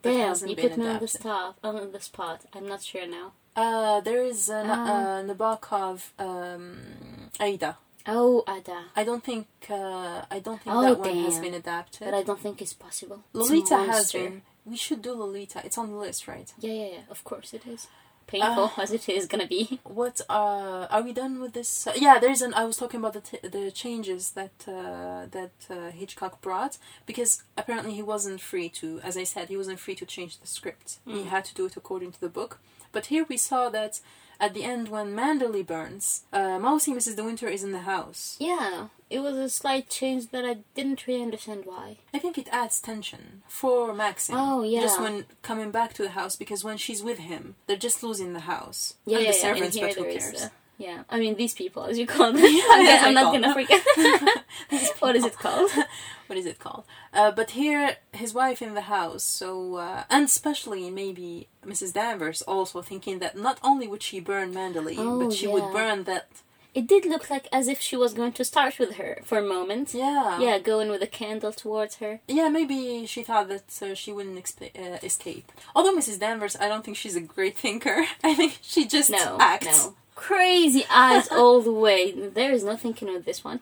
Speaker 1: That
Speaker 3: damn!
Speaker 1: hasn't
Speaker 3: You
Speaker 1: been
Speaker 3: put me on the
Speaker 1: adapted.
Speaker 3: spot. On the spot. I'm not sure now.
Speaker 1: Uh, there is a,
Speaker 3: Ah.
Speaker 1: uh, Nabokov um, Aida.
Speaker 3: Oh, Ada.
Speaker 1: I don't think uh, I don't think
Speaker 3: Oh,
Speaker 1: that one has
Speaker 3: damn.
Speaker 1: been adapted.
Speaker 3: But I don't think it's possible. It's a
Speaker 1: Lolita has
Speaker 3: monster.
Speaker 1: been. We should do Lolita. It's on the list, right?
Speaker 3: Yeah, yeah, yeah. Of course it is. Ah. Painful as it is gonna be.
Speaker 1: What uh, are we done with this? Uh, yeah, there's an. I was talking about the t- the changes that uh, that uh, Hitchcock brought because apparently he wasn't free to, as I said, he wasn't free to change the script. He
Speaker 3: Mm.
Speaker 1: had to do it according to the book. But here we saw that at the end when Manderley burns, uh, Mousy Mrs. De Winter is in the house.
Speaker 3: [laughs] Yeah, it was a slight change that I didn't really understand why.
Speaker 1: I think it adds tension for Maxim.
Speaker 3: Oh, yeah.
Speaker 1: Just when coming back to the house because when she's with him, they're just losing the house.
Speaker 3: Yeah,
Speaker 1: and
Speaker 3: yeah,
Speaker 1: the
Speaker 3: yeah, and
Speaker 1: servants,
Speaker 3: here
Speaker 1: but who
Speaker 3: there is
Speaker 1: cares?
Speaker 3: a- Yeah, I mean these people, as you [laughs] call them. because
Speaker 1: I
Speaker 3: I'm not
Speaker 1: call
Speaker 3: gonna
Speaker 1: them.
Speaker 3: forget. [laughs] what is it called?
Speaker 1: [laughs] what is it called? Uh, but here, his wife in the house, so, uh, and especially maybe Mrs. Danvers also thinking that not only would she burn Mandalay,
Speaker 3: Oh,
Speaker 1: but she
Speaker 3: yeah.
Speaker 1: would burn that.
Speaker 3: It did look like as if she was going to start with her for a moment.
Speaker 1: Yeah.
Speaker 3: Yeah, going with a candle towards her.
Speaker 1: Yeah, maybe she thought that uh, she wouldn't exp- uh, escape. Although Mrs. Danvers, I don't think she's a great thinker. [laughs] I think she just
Speaker 3: No,
Speaker 1: acts.
Speaker 3: no. [laughs] Crazy eyes all the way. There is no thinking with this one.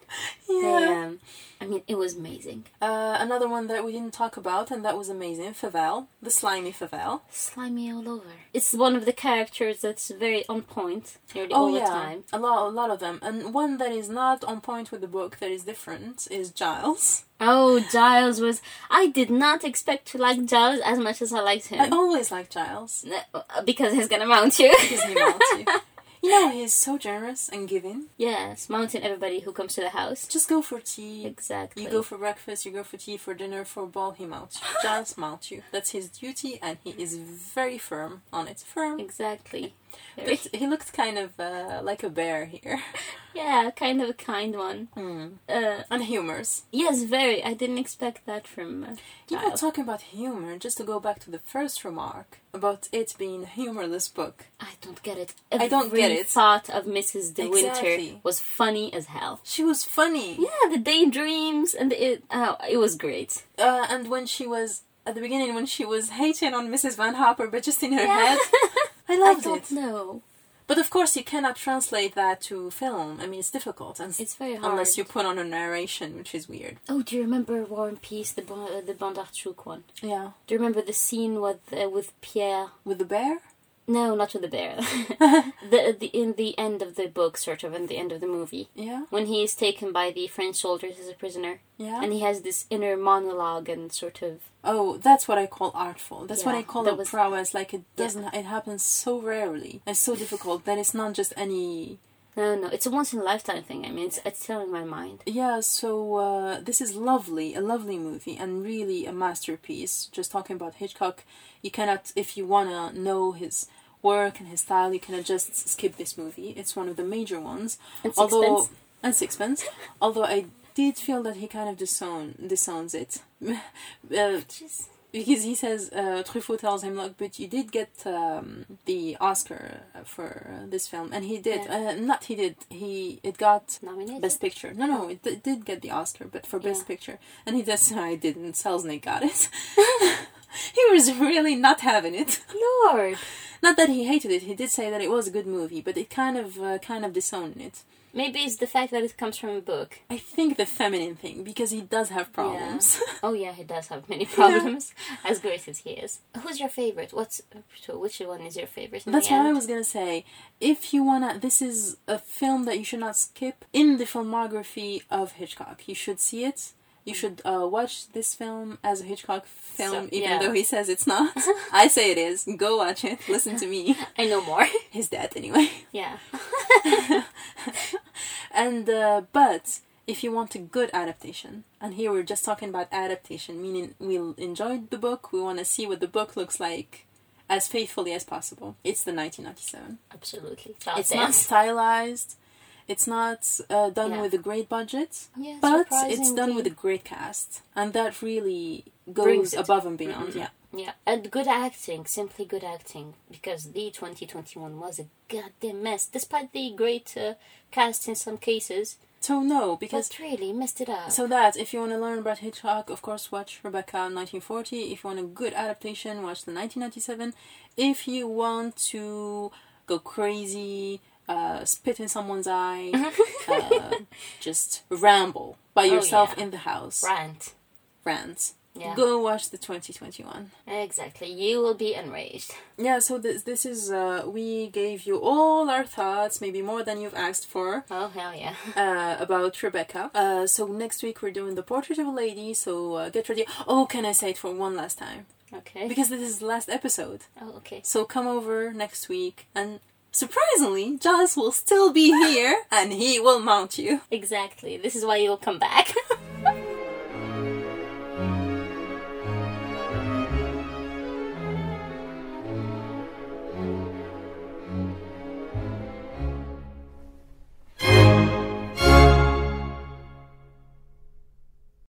Speaker 3: They,
Speaker 1: Yeah.
Speaker 3: um, I mean, it was amazing.
Speaker 1: Uh, another one that we didn't talk about, and that was amazing, Favel, the slimy Favel.
Speaker 3: Slimy all over. It's one of the characters that's very on point nearly all the time.
Speaker 1: a lot, a lot of them. And one that is not on point with the book, that is different, is Giles.
Speaker 3: Oh, Giles was. I did not expect to like Giles as much as I liked him.
Speaker 1: I always like Giles.
Speaker 3: Uh, because he's gonna mount you.
Speaker 1: Because he wants you. You know, he is so generous and giving.
Speaker 3: [laughs] yes, mounting everybody who comes to the house.
Speaker 1: Just go for tea.
Speaker 3: Exactly.
Speaker 1: You go for breakfast, you go for tea, for dinner, for ball, he
Speaker 3: [laughs]
Speaker 1: mounts you. Giles mounts you. That's his duty, and he is very firm on it. Firm.
Speaker 3: exactly. Very-
Speaker 1: But he looked kind of uh, like a bear here.
Speaker 3: [laughs]
Speaker 1: Hmm.
Speaker 3: yeah, kind of a kind one. Uh,
Speaker 1: And humors.
Speaker 3: yes, very. I didn't expect that from. Uh,
Speaker 1: You know,
Speaker 3: Giles.
Speaker 1: talking about humor, just to go back to the first remark about it being a humorless book.
Speaker 3: I don't get it.
Speaker 1: I don't get
Speaker 3: Every
Speaker 1: it.
Speaker 3: Thought of Mrs. De Winter
Speaker 1: Exactly.
Speaker 3: was funny as hell.
Speaker 1: She was funny.
Speaker 3: Yeah, the daydreams and the, it. Oh, it was great.
Speaker 1: uh, and when she was at the beginning when she was hating on Mrs. Van Harper, but just in her
Speaker 3: [laughs]
Speaker 1: [laughs] head, I
Speaker 3: I
Speaker 1: loved
Speaker 3: don't
Speaker 1: it.
Speaker 3: know.
Speaker 1: But of course, you cannot translate that to film. I mean, it's difficult, and
Speaker 3: It's very hard.
Speaker 1: unless you put on a narration, which is weird.
Speaker 3: Oh, do you remember War and Peace, the bon- uh, the Bondarchuk one?
Speaker 1: Yeah,
Speaker 3: Do you remember the scene with uh, with Pierre?
Speaker 1: with the bear.
Speaker 3: No, not with the bear. [laughs] the, the in the end of the book, sort of, in the end of the movie,
Speaker 1: Yeah,
Speaker 3: when he is taken by the French soldiers as a prisoner,
Speaker 1: yeah.
Speaker 3: and he has this inner monologue and sort of
Speaker 1: oh, that's what I call artful. That's what
Speaker 3: Yeah,
Speaker 1: I call
Speaker 3: that
Speaker 1: a
Speaker 3: was-
Speaker 1: prowess. Like it doesn't. It happens so rarely and so difficult that it's not just any.
Speaker 3: no, no, it's a once in a lifetime thing. I mean, it's it's still in my mind.
Speaker 1: Yeah, so uh, this is lovely, a lovely movie, and really a masterpiece. Just talking about Hitchcock, you cannot, if you wanna know his work and his style, you cannot just skip this movie. It's one of the major ones.
Speaker 3: And
Speaker 1: although
Speaker 3: [laughs] Sixpence.
Speaker 1: and Sixpence, although I did feel that he kind of disown disowns it, [laughs] uh,
Speaker 3: Jeez.
Speaker 1: because he says uh, Truffaut tells him, "Look, but you did get um, the Oscar for uh, this film," and he did. Uh, not he did. He it got
Speaker 3: Nominated.
Speaker 1: Best Picture. No, no, it d- did get the Oscar, but for Best
Speaker 3: Yeah.
Speaker 1: Picture. And he just, [laughs] no, I didn't. Selznick got it. [laughs] he was really not having it.
Speaker 3: Lord,
Speaker 1: Not that he hated it. He did say that it was a good movie, but it kind of, uh, kind of disowned it.
Speaker 3: maybe it's the fact that it comes from a book.
Speaker 1: I think the feminine thing, because he does have problems.
Speaker 3: Oh [laughs] yeah, he does have many problems. As great as he is, who's your favorite? What's so which one is your favorite? in
Speaker 1: That's
Speaker 3: the
Speaker 1: what I
Speaker 3: end?
Speaker 1: was gonna say. If you wanna, this is a film that you should not skip in the filmography of Hitchcock. You should see it. You should uh, watch this film as a Hitchcock film,
Speaker 3: So-
Speaker 1: even
Speaker 3: yeah.
Speaker 1: though he says it's
Speaker 3: [laughs]
Speaker 1: not. I say it is. Go watch it. Listen to me.
Speaker 3: I know more. [laughs]
Speaker 1: His dad, anyway.
Speaker 3: yeah.
Speaker 1: And uh, but if you want a good adaptation, and here we're just talking about adaptation, meaning we l- enjoyed the book. We want to see what the book looks like as faithfully as possible. It's the 1997.
Speaker 3: Absolutely. Cloud
Speaker 1: it's not
Speaker 3: [laughs]
Speaker 1: stylized it's not uh, done
Speaker 3: Yeah.
Speaker 1: with a great budget
Speaker 3: Yeah,
Speaker 1: but it's done with a
Speaker 3: surprisingly.
Speaker 1: great cast and that really
Speaker 3: Brings
Speaker 1: goes
Speaker 3: it.
Speaker 1: above and beyond yeah
Speaker 3: Yeah, and good acting, simply good acting, because the 2021 was a goddamn mess, despite the great uh, cast in some cases.
Speaker 1: so no because
Speaker 3: Just really messed it up.
Speaker 1: so that if you want to learn about hitchcock of course watch rebecca 1940 if you want a good adaptation watch the 1997 if you want to go crazy uh, spit in someone's
Speaker 3: [laughs]
Speaker 1: eye uh, just ramble by yourself
Speaker 3: Oh, yeah.
Speaker 1: in the house
Speaker 3: Rant.
Speaker 1: rants
Speaker 3: Yeah.
Speaker 1: go watch the 2021
Speaker 3: Exactly. You will be enraged. [laughs]
Speaker 1: Yeah, so this this is uh, we gave you all our thoughts, maybe more than you've asked for,
Speaker 3: Oh hell yeah. [laughs]
Speaker 1: uh, about Rebecca. Uh, so next week we're doing the Portrait of a Lady. So uh, get ready. Oh, can I say it for one last time?
Speaker 3: Okay.
Speaker 1: Because this is the last episode.
Speaker 3: oh okay.
Speaker 1: So come over next week, and surprisingly, Giles will still be here, and he will mount you.
Speaker 3: Exactly. This is why you'll come back. [laughs]